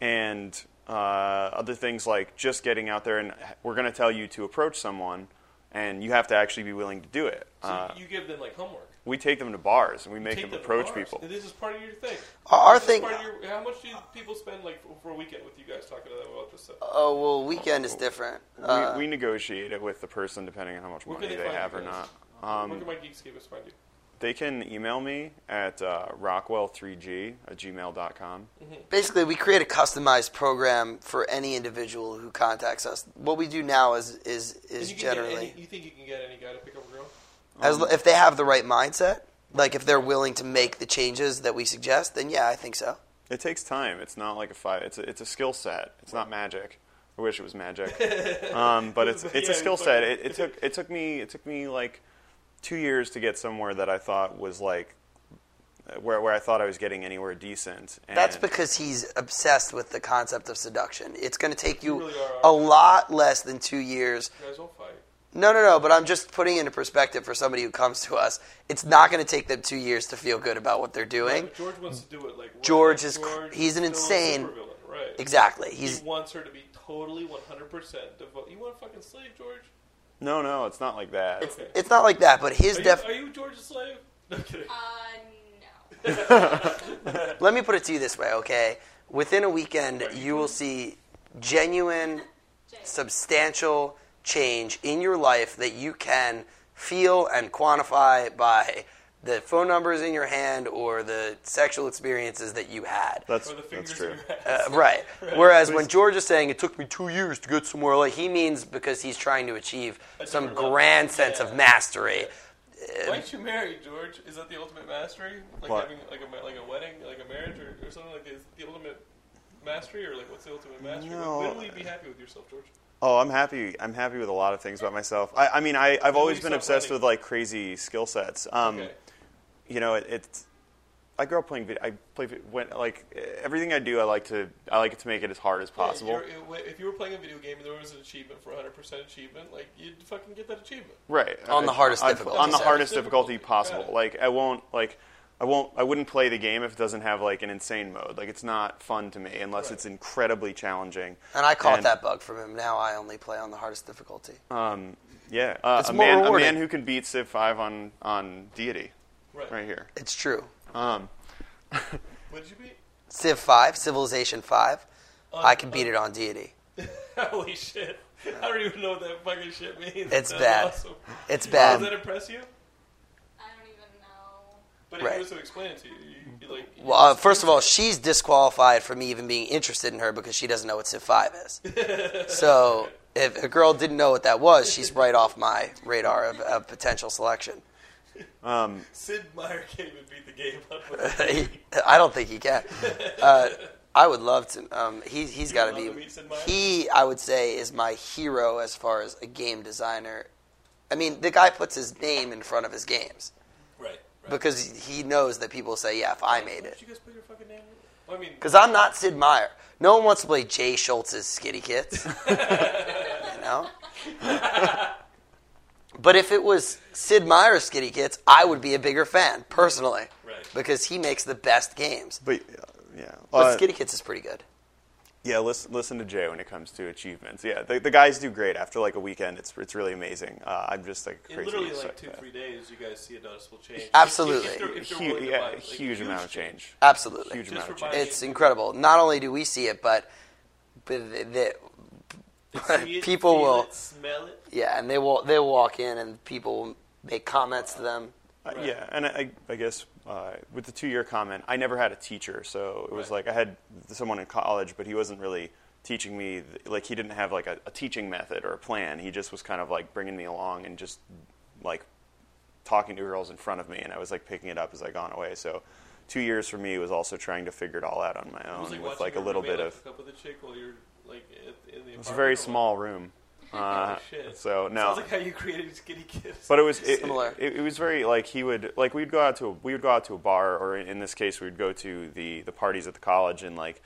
S4: and uh, other things like just getting out there and h- we're going to tell you to approach someone and you have to actually be willing to do it
S1: so
S4: uh,
S1: you give them like homework.
S4: we take them to bars and we make
S1: Take
S4: them
S1: them to
S4: approach
S1: bars.
S4: people
S1: And this is part of your thing.
S3: Our
S1: This is
S3: thing-
S1: part of your- how much do people spend like for, for a weekend with you guys talking to them about this stuff?
S3: oh well weekend is different uh,
S4: we, we negotiate it with the person depending on how much
S1: Where
S4: money
S1: can
S4: they,
S1: they find
S4: have
S1: you
S4: or
S1: guys?
S4: not. Um,
S1: Where can my Geekscape find you?
S4: they can email me at uh, rockwell3g at gmail.com.
S1: Mm-hmm.
S3: Basically, we create a customized program for any individual who contacts us. What we do now is is
S1: And
S3: is
S1: you, can get
S3: generally
S1: any, you think you can get any guy to pick up a girl?
S3: as l- if they have the right mindset, like if they're willing to make the changes that we suggest, then yeah, I think so.
S4: It takes time. It's not like a five. It's a, it's a skill set. It's not magic. I wish it was magic,
S1: *laughs*
S4: um, but it's it's
S1: Yeah,
S4: a skill
S1: but-
S4: set. It, it took it took me it took me like two years to get somewhere that I thought was like uh, where where I thought I was getting anywhere decent. And
S3: That's because he's obsessed with the concept of seduction. It's going to take you
S1: really are,
S3: a
S1: aren't you?
S3: lot less than two years.
S1: You guys will fight.
S3: No, no, no. But I'm just putting into perspective for somebody who comes to us. It's not going to take them two years to feel good about what they're doing.
S1: But George wants to do it like right.
S3: George is cr- he's an
S1: Dylan's
S3: insane-
S1: supervillain, Right.
S3: Exactly. He's
S1: He wants her to be totally 100 percent devoted. You want a fucking slave, George?
S4: no, no, it's not like that.
S1: Okay.
S3: it's not like that, but his
S1: Are,
S3: def.
S1: you, are you George's slave? No kidding.
S5: Uh, no.
S3: Let me put it to you this way, okay? Within a weekend, you will see genuine, substantial change in your life that you can feel and quantify by the phone numbers in your hand or the sexual experiences that you had.
S4: That's
S1: Or the
S4: that's
S1: fingers
S4: true.
S1: in your
S3: Uh,
S1: ass.
S3: right. Whereas when George is saying it took me two years to get somewhere, like he means because he's trying to achieve some
S1: different level.
S3: grand sense
S1: Yeah.
S3: of mastery.
S1: Why'd you marry George? Is that the ultimate mastery? Like
S4: What?
S1: having like a ma- like a wedding, like a marriage, or, or something like this? The ultimate mastery, or like what's the ultimate mastery?
S4: No.
S1: When will you be happy with yourself, George?
S4: Oh, I'm happy. I'm happy with a lot of things about myself. I, I mean, I, I've always
S1: you
S4: been
S1: stop
S4: obsessed
S1: running.
S4: with like crazy skill sets. Um,
S1: Okay.
S4: you know, it, it's. I grew up playing video. I play vi- when like everything I do. I like to. I like to make it as hard as possible.
S1: If you're- if you were playing a video game and there was an achievement for 100% achievement, like you'd fucking get that achievement.
S4: right
S3: On the hardest
S4: I-
S3: difficulty
S4: On the
S3: set.
S4: hardest difficulty possible.
S1: Got it.
S4: Like I won't like. I won't. I wouldn't play the game if it doesn't have like an insane mode. Like it's not fun to me unless
S1: Right.
S4: it's incredibly challenging.
S3: And I caught that bug from him. Now I only play on the hardest difficulty.
S4: Yeah, uh,
S3: It's
S4: a
S3: more
S4: man. A
S3: rewarding.
S4: man who can beat Civ Five on on deity.
S1: Right.
S4: Right here. Um,
S3: It's true.
S1: What did you beat?
S3: Civ 5, Civilization 5. I can beat it on E. Deity.
S1: *laughs* Holy shit. I don't even know what that fucking shit means.
S3: It's
S1: That's
S3: bad.
S1: Awesome.
S3: It's
S1: Does that
S3: bad.
S1: impress you?
S5: I don't even know.
S1: But if
S3: Right.
S1: he was to explain it to you, you- you like.
S3: Well, uh, first of all, she's disqualified from me even being interested in her because she doesn't know what Civ 5
S1: *laughs*
S3: is. So if a girl didn't know what that was, she's right off my radar of, of potential selection.
S1: Sid Meier came and beat the game up.
S4: *laughs*
S3: He- I don't think he can. Uh, I would love to. Um, he, he's got
S1: love
S3: to
S1: to
S3: be.
S1: meet Sid Meier?
S3: He, I would say, is my hero as far as a game designer. I mean, the guy puts his name in front of his games.
S1: right. right.
S3: because he knows that people say, "Yeah, if I
S1: Why
S3: made
S1: don't
S3: it,"
S1: you guys put your fucking name? Well, I mean,
S3: because I'm not Sid Meier. No one wants to play Jay Schultz's Skitty Kits, you know. but if it was Sid Meier's Skitty Kits, I would be a bigger fan personally,
S1: Right.
S3: because he makes the best games.
S4: But uh, yeah.
S3: But
S4: Uh,
S3: Skitty Kits is pretty good.
S4: Yeah, listen, listen to Jay when it comes to achievements. Yeah, the, the guys do great after like a weekend. It's it's really amazing. Uh, I'm just like
S1: in
S4: crazy.
S1: literally like
S4: psyched
S1: two,
S4: by it.
S1: three days, you guys see a noticeable change.
S3: Absolutely.
S1: If, if they're, if they're
S4: Hu-
S1: willing to
S4: yeah,
S1: buy it. Like,
S4: huge amount of change.
S3: Absolutely,
S4: Huge amount of
S1: for
S4: change.
S1: buying-
S3: it's incredible. Not only do we see it, but but the, the,
S4: *laughs*
S1: See it,
S3: *laughs* People
S1: feel
S3: will-
S1: It, smell it.
S3: yeah, and they will they will walk in and people will make comments to them.
S4: Uh, yeah, and I, I guess uh, with the two year comment, I never had a teacher, so it was
S1: Right.
S4: like I had someone in college, but he wasn't really teaching me. th- Like he didn't have like a, a teaching method or a plan. He just was kind of like bringing me along and just like talking to girls in front of me, and I was like picking it up as I gone away. So. Two years for me was also trying to figure it all out on my
S1: It was
S4: own
S1: like
S4: with
S1: watching
S4: like a little
S1: roommate,
S4: bit
S1: like,
S4: of
S1: hook up with a chick while you're like at- in the.
S4: It's a
S1: apartment
S4: very
S1: or *laughs*
S4: small room. Uh,
S1: what? Shit.
S4: so no,
S1: Sounds like how you created Skinny Kids.
S4: but it was it,
S3: Similar.
S4: It, it was very like he would like we'd go out to a, we would go out to a bar or in, in this case we would go to the the parties at the college and like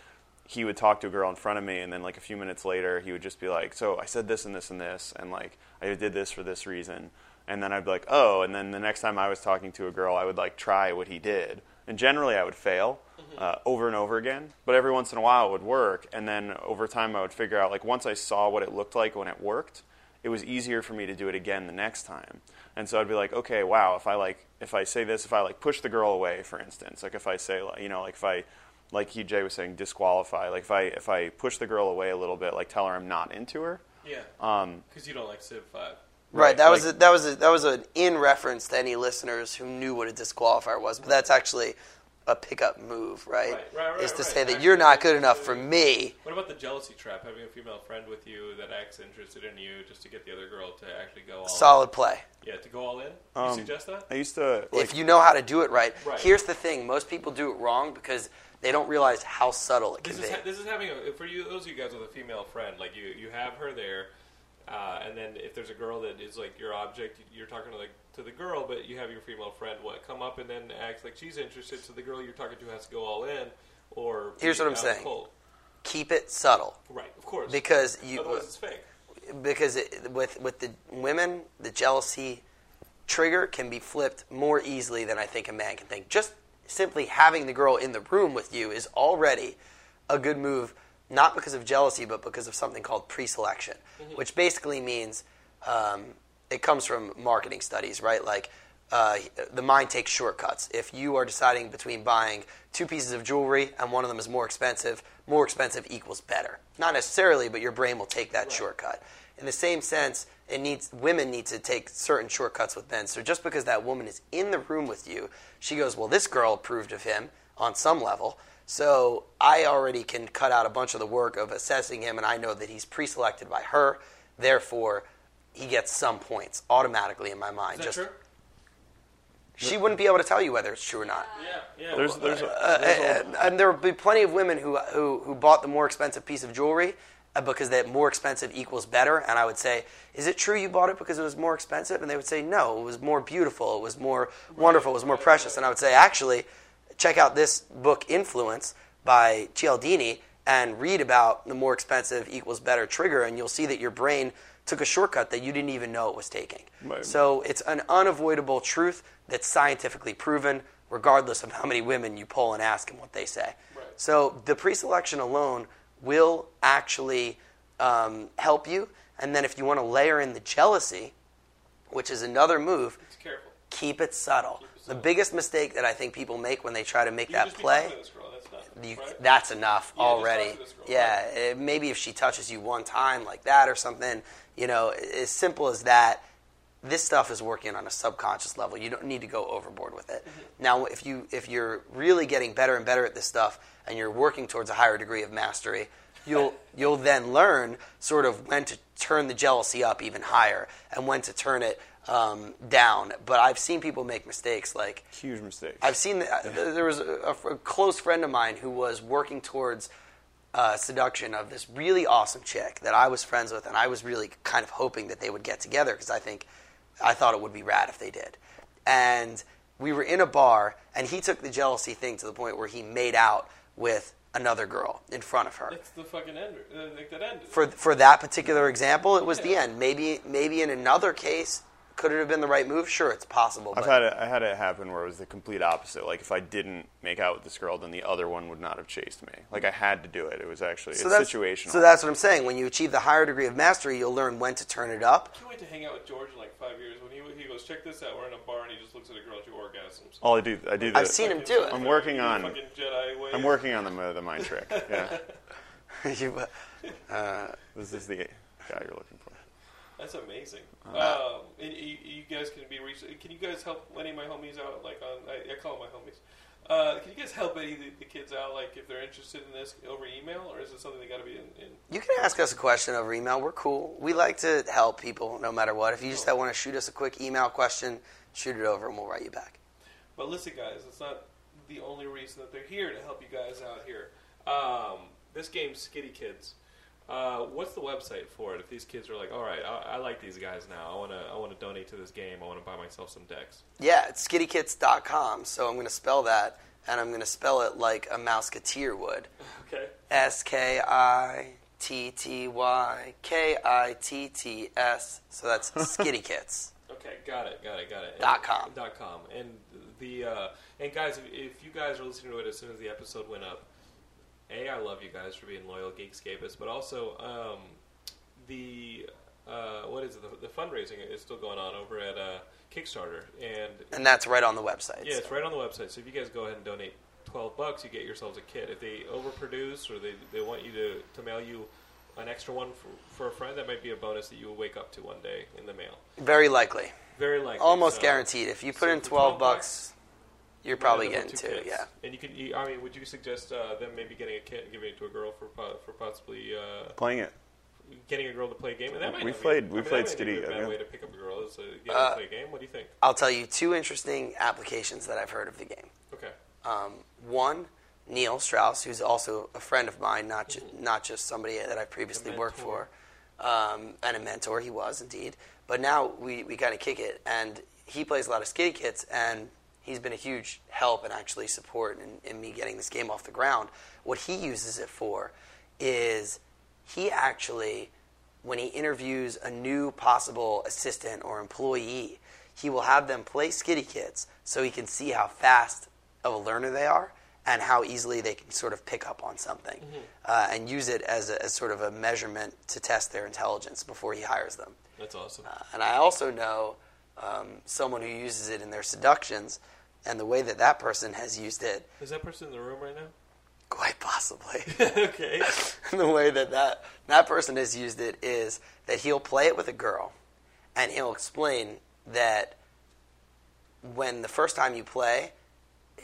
S4: he would talk to a girl in front of me and then like a few minutes later he would just be like so I said this and this and this and like I did this for this reason and then I'd be like oh and then the next time I was talking to a girl I would like try what he did and generally I would fail uh, over and over again. But every once in a while it would work, and then over time I would figure out like once I saw what it looked like when it worked, it was easier for me to do it again the next time. And so I'd be like, okay, wow, if I like if I say this, if I like push the girl away, for instance, like if I say like, you know like if I like he Jay was saying disqualify, like if I if I push the girl away a little bit, like tell her I'm not into her.
S1: yeah. Um, because you don't like Civ Five.
S3: Right. That was
S4: like-
S3: a, that was a, that was an in reference to any listeners who knew what a disqualifier was, but that's actually a pickup move, right?
S1: Right, right, right,
S3: is to
S1: right.
S3: say that you're not good enough for me.
S1: What about the jealousy trap? Having a female friend with you that acts interested in you just to get the other girl to actually go all
S3: Solid play.
S1: Yeah, to go all in. You
S4: Um,
S1: suggest that?
S4: I used to like
S3: if you know how to do it right.
S1: Right.
S3: Here's the thing: most people do it wrong because they don't realize how subtle it can
S1: This
S3: be.
S1: is, ha- this is having a, for you those of you guys with a female friend like you you have her there uh, and then if there's a girl that is like your object you- you're talking to like to the girl but you have your female friend what come up and then acts like she's interested so the girl you're talking to has to go all in or
S3: Here's
S1: be
S3: what I'm
S1: out in the
S3: saying.
S1: cold.
S3: Keep it subtle
S1: right of course
S3: because you
S1: otherwise it's fake
S3: because it, with with the women the jealousy trigger can be flipped more easily than I think a man can think. Just simply having the girl in the room with you is already a good move, not because of jealousy, but because of something called pre-selection, which basically means um, it comes from marketing studies, right? Like uh, the mind takes shortcuts. If you are deciding between buying two pieces of jewelry and one of them is more expensive, more expensive equals better. Not necessarily, but your brain will take that shortcut. In the same sense, it needs women need to take certain shortcuts with men. So just because that woman is in the room with you, she goes, "Well, this girl approved of him on some level." So I already can cut out a bunch of the work of assessing him and I know that he's pre-selected by her. Therefore, he gets some points automatically in my mind.
S1: is that
S3: just
S1: true
S3: she wouldn't be able to tell you whether it's true or not.
S1: yeah yeah
S4: there's there's a,
S3: uh, And, and there will be plenty of women who, who, who bought the more expensive piece of jewelry uh, because that more expensive equals better. And I would say, is it true you bought it because it was more expensive? And they would say, no, it was more beautiful, it was more wonderful, it was more precious. And I would say, actually, check out this book, Influence, by Cialdini, and read about the more expensive equals better trigger, and you'll see that your brain took a shortcut that you didn't even know it was taking.
S4: Right.
S3: So it's an unavoidable truth that's scientifically proven, regardless of how many women you poll and ask them what they say. So the pre-selection alone will actually um, help you. And then if you want to layer in the jealousy, which is another move,
S1: careful
S3: keep it subtle. The biggest mistake that I think people make when they try to make
S1: you
S3: that
S1: just be
S3: play
S1: talking to this girl, that's nothing,
S3: you,
S1: right?
S3: that's enough
S1: Yeah, just
S3: already.
S1: talk to this girl,
S3: yeah, eh, maybe if she touches you one time like that or something, you know, a- as simple as that. This stuff is working on a subconscious level. You don't need to go overboard with it.
S1: Mm-hmm.
S3: Now, if you if you're really getting better and better at this stuff, and you're working towards a higher degree of mastery,
S1: *laughs*
S3: you'll you'll then learn sort of when to turn the jealousy up even higher and when to turn it um, down. But I've seen people make mistakes like
S4: huge mistake.
S3: I've seen that. There was a, a close friend of mine who was working towards uh, seduction of this really awesome chick that I was friends with, and I was really kind of hoping that they would get together because I think I thought it would be rad if they did. And we were in a bar, and he took the jealousy thing to the point where he made out with another girl in front of her
S1: that's the fucking end uh, like that end
S3: for for that particular example, it was the end. Maybe maybe in another case, could it have been the right move? Sure, it's possible.
S4: I've
S3: but-
S4: had it, I had it happen where it was the complete opposite. Like if I didn't make out with this girl, then the other one would not have chased me. Like I had to do it. It was actually it's
S3: that's,
S4: situational.
S3: So that's what I'm saying. When you achieve the higher degree of mastery, you'll learn when to turn it up. *laughs*
S1: I can't wait to hang out with George in like five years when he, he goes check this out we're in a bar and he just looks at a girl to orgasms
S4: all I do. I do. The,
S3: I've seen him do
S4: Oh, I'm
S3: it.
S4: working on.
S1: fucking Jedi way
S4: I'm working on the mo- the mind trick.
S1: *laughs*
S4: Yeah,
S3: You-
S4: this is the guy you're looking for.
S1: That's amazing.
S4: Uh,
S1: Um, and you, you guys can be reached. Can you guys help any of my homies out? Like on, I, I call them my homies. Uh, can you guys help any of the, the kids out? Like if they're interested in this over email, or is it something they got to be in? in
S3: you can ask us a question over email. We're cool. We like to help people no matter what. If you just want to shoot us a quick email question, shoot it over and we'll write you back.
S1: But listen, guys, it's not the only reason that they're here to help you guys out here. Um, this game's Skitty Kids. Uh, what's the website for it? If these kids are like, all right, I, I like these guys now. I wanna, I wanna donate to this game. I wanna buy myself some decks.
S3: Yeah, it's skittykits.com. So I'm going to spell that, and I'm going to spell it like a mouseketeer would.
S1: Okay.
S3: S K I T T Y K I T T S.
S1: *laughs*
S3: So that's skittykits.
S1: Okay, got it, got it, got it.
S3: Dot
S1: And-
S3: com.
S1: Dot com. And the uh, and guys, if, if you guys are listening to it as soon as the episode went up, a I love you guys for being loyal Geekscapists, but also um, the uh, what is it? The, the fundraising is still going on over at uh, Kickstarter, and
S3: And that's right on the website.
S1: yeah, it's right on the website. So if you guys go ahead and donate twelve bucks, you get yourselves a kit. If they overproduce or they, they want you to, to mail you an extra one for, for a friend. That might be a bonus that you will wake up to one day in the mail.
S3: Very likely.
S1: Very likely.
S3: Almost
S1: so-
S3: guaranteed. If you put
S1: so
S3: in
S1: for 12
S3: 12 bucks, you're probably
S1: Yeah, the
S3: getting
S1: two
S3: two.
S1: kids.
S3: Yeah.
S1: And you could, you, I mean, would you suggest uh, them maybe getting a kid and giving it to a girl for po- for possibly uh,
S4: Playing it.
S1: getting a girl to play a game? And that might
S4: We
S1: not be-
S4: played-
S1: I
S4: we
S1: mean, that
S4: played
S1: might not be a
S4: Skitty,
S1: bad
S4: yeah.
S1: way to pick up a girl is to get her
S3: Uh,
S1: to play a game. What do you think?
S3: I'll tell you two interesting applications that I've heard of the game.
S1: Okay.
S3: Um, one, Neil Strauss, who's also a friend of mine, not ju-
S1: Mm-hmm.
S3: not just somebody that I've previously worked for, um, and a mentor he was indeed. But now we, we kind of kick it, and he plays a lot of skitty kits, and he's been a huge help and actually support in, in me getting this game off the ground. What he uses it for is he actually, when he interviews a new possible assistant or employee, he will have them play skitty kits so he can see how fast of a learner they are and how easily they can sort of pick up on something
S1: Mm-hmm.
S3: uh, and use it as, a, as sort of a measurement to test their intelligence before he hires them. Uh,
S1: That's awesome.
S3: And I also know um, someone who uses it in their seductions, and the way that that person has used it,
S1: Is that person in the room right now? *laughs*
S3: quite possibly, *laughs*
S1: okay.
S3: the way that, that that person has used it is that he'll play it with a girl, and he'll explain that when the first time you play,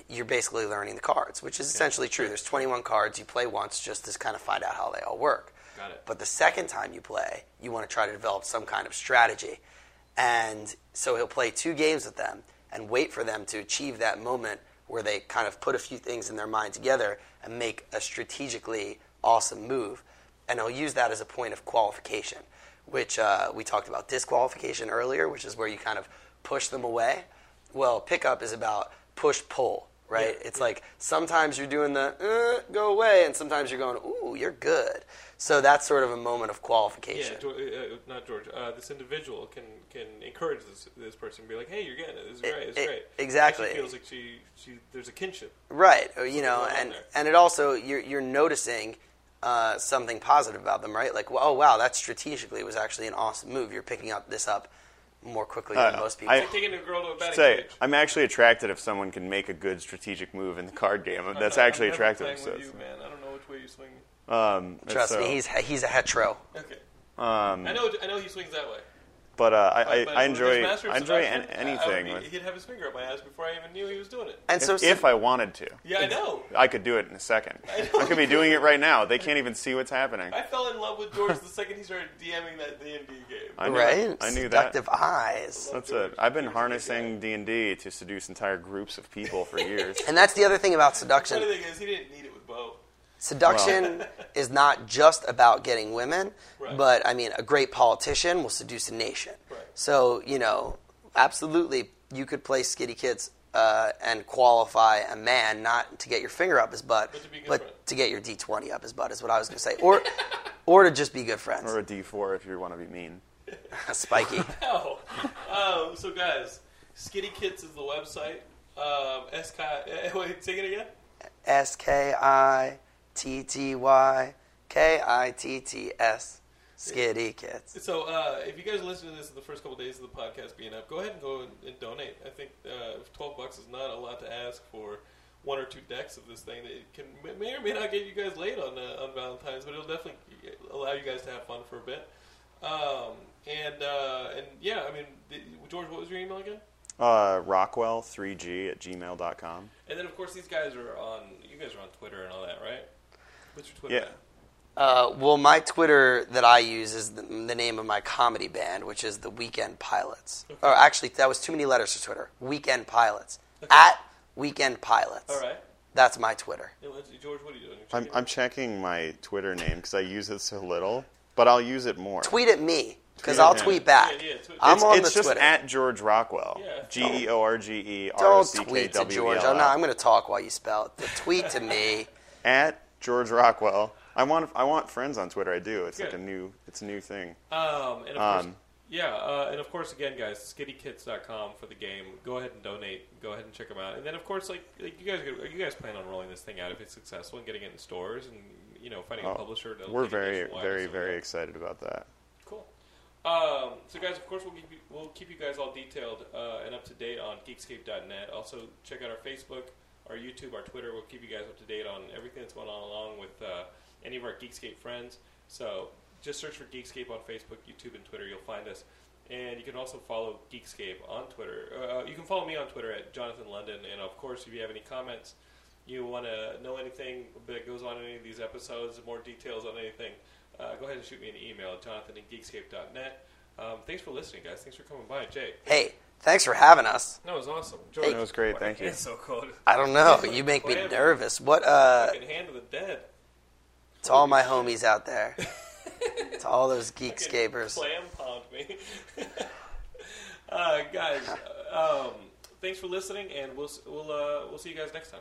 S3: you're basically learning the cards, which is essentially true. There's 21 cards. You play once just to kind of find out how they all work.
S1: Got it.
S3: But the second time you play, you want to try to develop some kind of strategy. And so he'll play two games with them and wait for them to achieve that moment where they kind of put a few things in their mind together and make a strategically awesome move. And he'll use that as a point of qualification, which uh, we talked about disqualification earlier, which is where you kind of push them away. Well, pickup is about push pull, right? it's like sometimes you're doing the uh, go away, and sometimes you're going, ooh, you're good. So that's sort of a moment of
S1: Yeah,
S3: qualification.
S1: Geor uh, uh, not George. Uh, this individual can can encourage this this person, be like, "Hey, you're getting it. This is great. It's
S3: it-
S1: great."
S3: exactly.
S1: She feels like she, she there's a kinship.
S3: right? or, You know,
S1: going on
S3: and
S1: there.
S3: and it also you're you're noticing. Uh, something positive about them, right? Like, well, oh wow, that strategically was actually an awesome move. You're picking up this up more quickly than
S4: Uh,
S3: most people.
S4: I-
S1: Like taking a girl to a batting
S4: Say,
S1: cage.
S4: I'm actually attracted if someone can make a good strategic move in the
S1: *laughs*
S4: card game. That's
S1: I'm
S4: actually
S1: never
S4: attractive.
S1: playing
S4: so
S1: With you,
S4: it's-
S1: man. I don't know which way you swing.
S4: um, and
S3: Trust
S4: so-
S3: me, he's he's a hetero.
S1: Okay.
S4: Um,
S1: I know. I know he swings that way.
S4: but uh, I, I,
S1: But
S4: I
S1: with his
S4: enjoy
S1: master of
S4: I enjoy an,
S1: seduction, I would
S4: anything
S1: be-
S4: with,
S1: He'd have his finger up my ass before I even knew he was doing it.
S3: And so,
S4: if, if I wanted to.
S1: Yeah, I know.
S4: I could do it in a
S1: *laughs*
S4: second. I, could be doing it right now. They can't even see what's happening.
S1: I fell in love with George the second he started DMing that D and D game.
S4: I knew,
S3: right,
S4: I knew that.
S3: seductive eyes.
S4: That's it. I've been harnessing D and D to seduce entire groups of people
S3: *laughs*
S4: for years.
S3: And that's the other thing about
S1: The
S3: seduction.
S1: funny thing is, he didn't need it with Bo.
S3: Seduction *laughs* is not just about getting women,
S1: Right.
S3: but I mean, a great politician will seduce a nation.
S1: Right.
S3: So, you know, absolutely, you could play Skitty Kids uh, and qualify a man not to get your finger up his butt,
S1: to be a good friend.
S3: to get your D20 up his butt, is what I was going to say.
S1: *laughs*
S3: Or, or to just be good friends.
S4: or a D four if you want to be mean.
S3: *laughs* Spiky.
S1: Oh, *laughs* um, so guys, Skitty Kits is the website. Um, SK, eh, *laughs* wait, sing it again.
S3: S K I T T Y K I T T S. Skitty Kids.
S1: So, uh, if you guys listen to this in the first couple days of the podcast being up, go ahead and go and, and donate. I think uh, if twelve bucks is not a lot to ask for one or two decks of this thing. That it can may or may not get you guys late on uh, on Valentine's, but it'll definitely uh, allow you guys to have fun for a bit. Um, and uh, and yeah, I mean, th- George, what was your email again?
S4: Uh, Rockwell three G at gmail.com.
S1: And then of course these guys are on. You guys are on Twitter and all that, right? What's your Twitter?
S4: Yeah.
S1: at?
S3: Uh, well, my Twitter that I use is the, the name of my comedy band, which is the Weekend Pilots. Or actually, that was too many letters for Twitter. Weekend Pilots. At Weekend Pilots.
S1: All right.
S3: That's my Twitter.
S1: And let's- George, what are you doing? You're
S4: I'm,
S1: checking-
S4: I'm checking my Twitter name because I use it so little, but I'll use it more.
S3: Tweet at me, because
S4: Tweet at
S3: I'll
S4: him.
S3: tweet back.
S1: Yeah, yeah, tweet-
S3: I'm
S4: it's,
S3: on
S4: it's
S3: the
S4: just
S3: Twitter.
S4: at George Rockwell.
S1: Yeah.
S4: G E O R G E R O
S3: Don't
S4: C K
S3: tweet to
S4: W E
S3: George.
S4: L.
S3: Oh, no, I'm going to talk while you spell it. The tweet to me. *laughs*
S4: at George Rockwell. I want I want friends on Twitter. I do. It's like a
S1: Good.
S4: new it's a new thing.
S1: Um, and of course,
S4: Um,
S1: yeah, uh, and of course, again, guys, skittykits.com for the game. Go ahead and donate. Go ahead and check them out. And then, of course, like, like you guys, are you guys plan on rolling this thing out if it's successful and getting it in stores and you know finding a publisher? to
S4: Oh, We're
S1: get it
S4: very
S1: nationwide and stuff
S4: very
S1: like that?
S4: very excited about that.
S1: Cool. Um, so, guys, of course, we'll keep you, we'll keep you guys all detailed uh, and up to date on Geekscape.net. Also, check out our Facebook, our YouTube, our Twitter. We'll keep you guys up to date on everything that's going on along with uh, any of our Geekscape friends. So, Just search for Geekscape on Facebook, YouTube, and Twitter. You'll find us. And you can also follow Geekscape on Twitter. Uh, you can follow me on Twitter at Jonathan London. And of course, if you have any comments, you want to know anything that goes on in any of these episodes, more details on anything, uh, go ahead and shoot me an email at jonathan at geekscape.net. Um, thanks for listening, guys. Thanks for coming by. Jay,
S3: Hey, thanks for having us.
S1: that was awesome. Jordan,
S4: That was great. Thank you.
S1: It's so cold.
S3: I don't know. You make me nervous. What? Uh,
S1: Fucking hand of the dead.
S3: to all my homies out there,
S1: *laughs*
S3: to all those geekscapers.
S1: Clam pound me. *laughs* uh, guys, um, thanks for listening, and we'll, s- we'll, uh, we'll see you guys next time.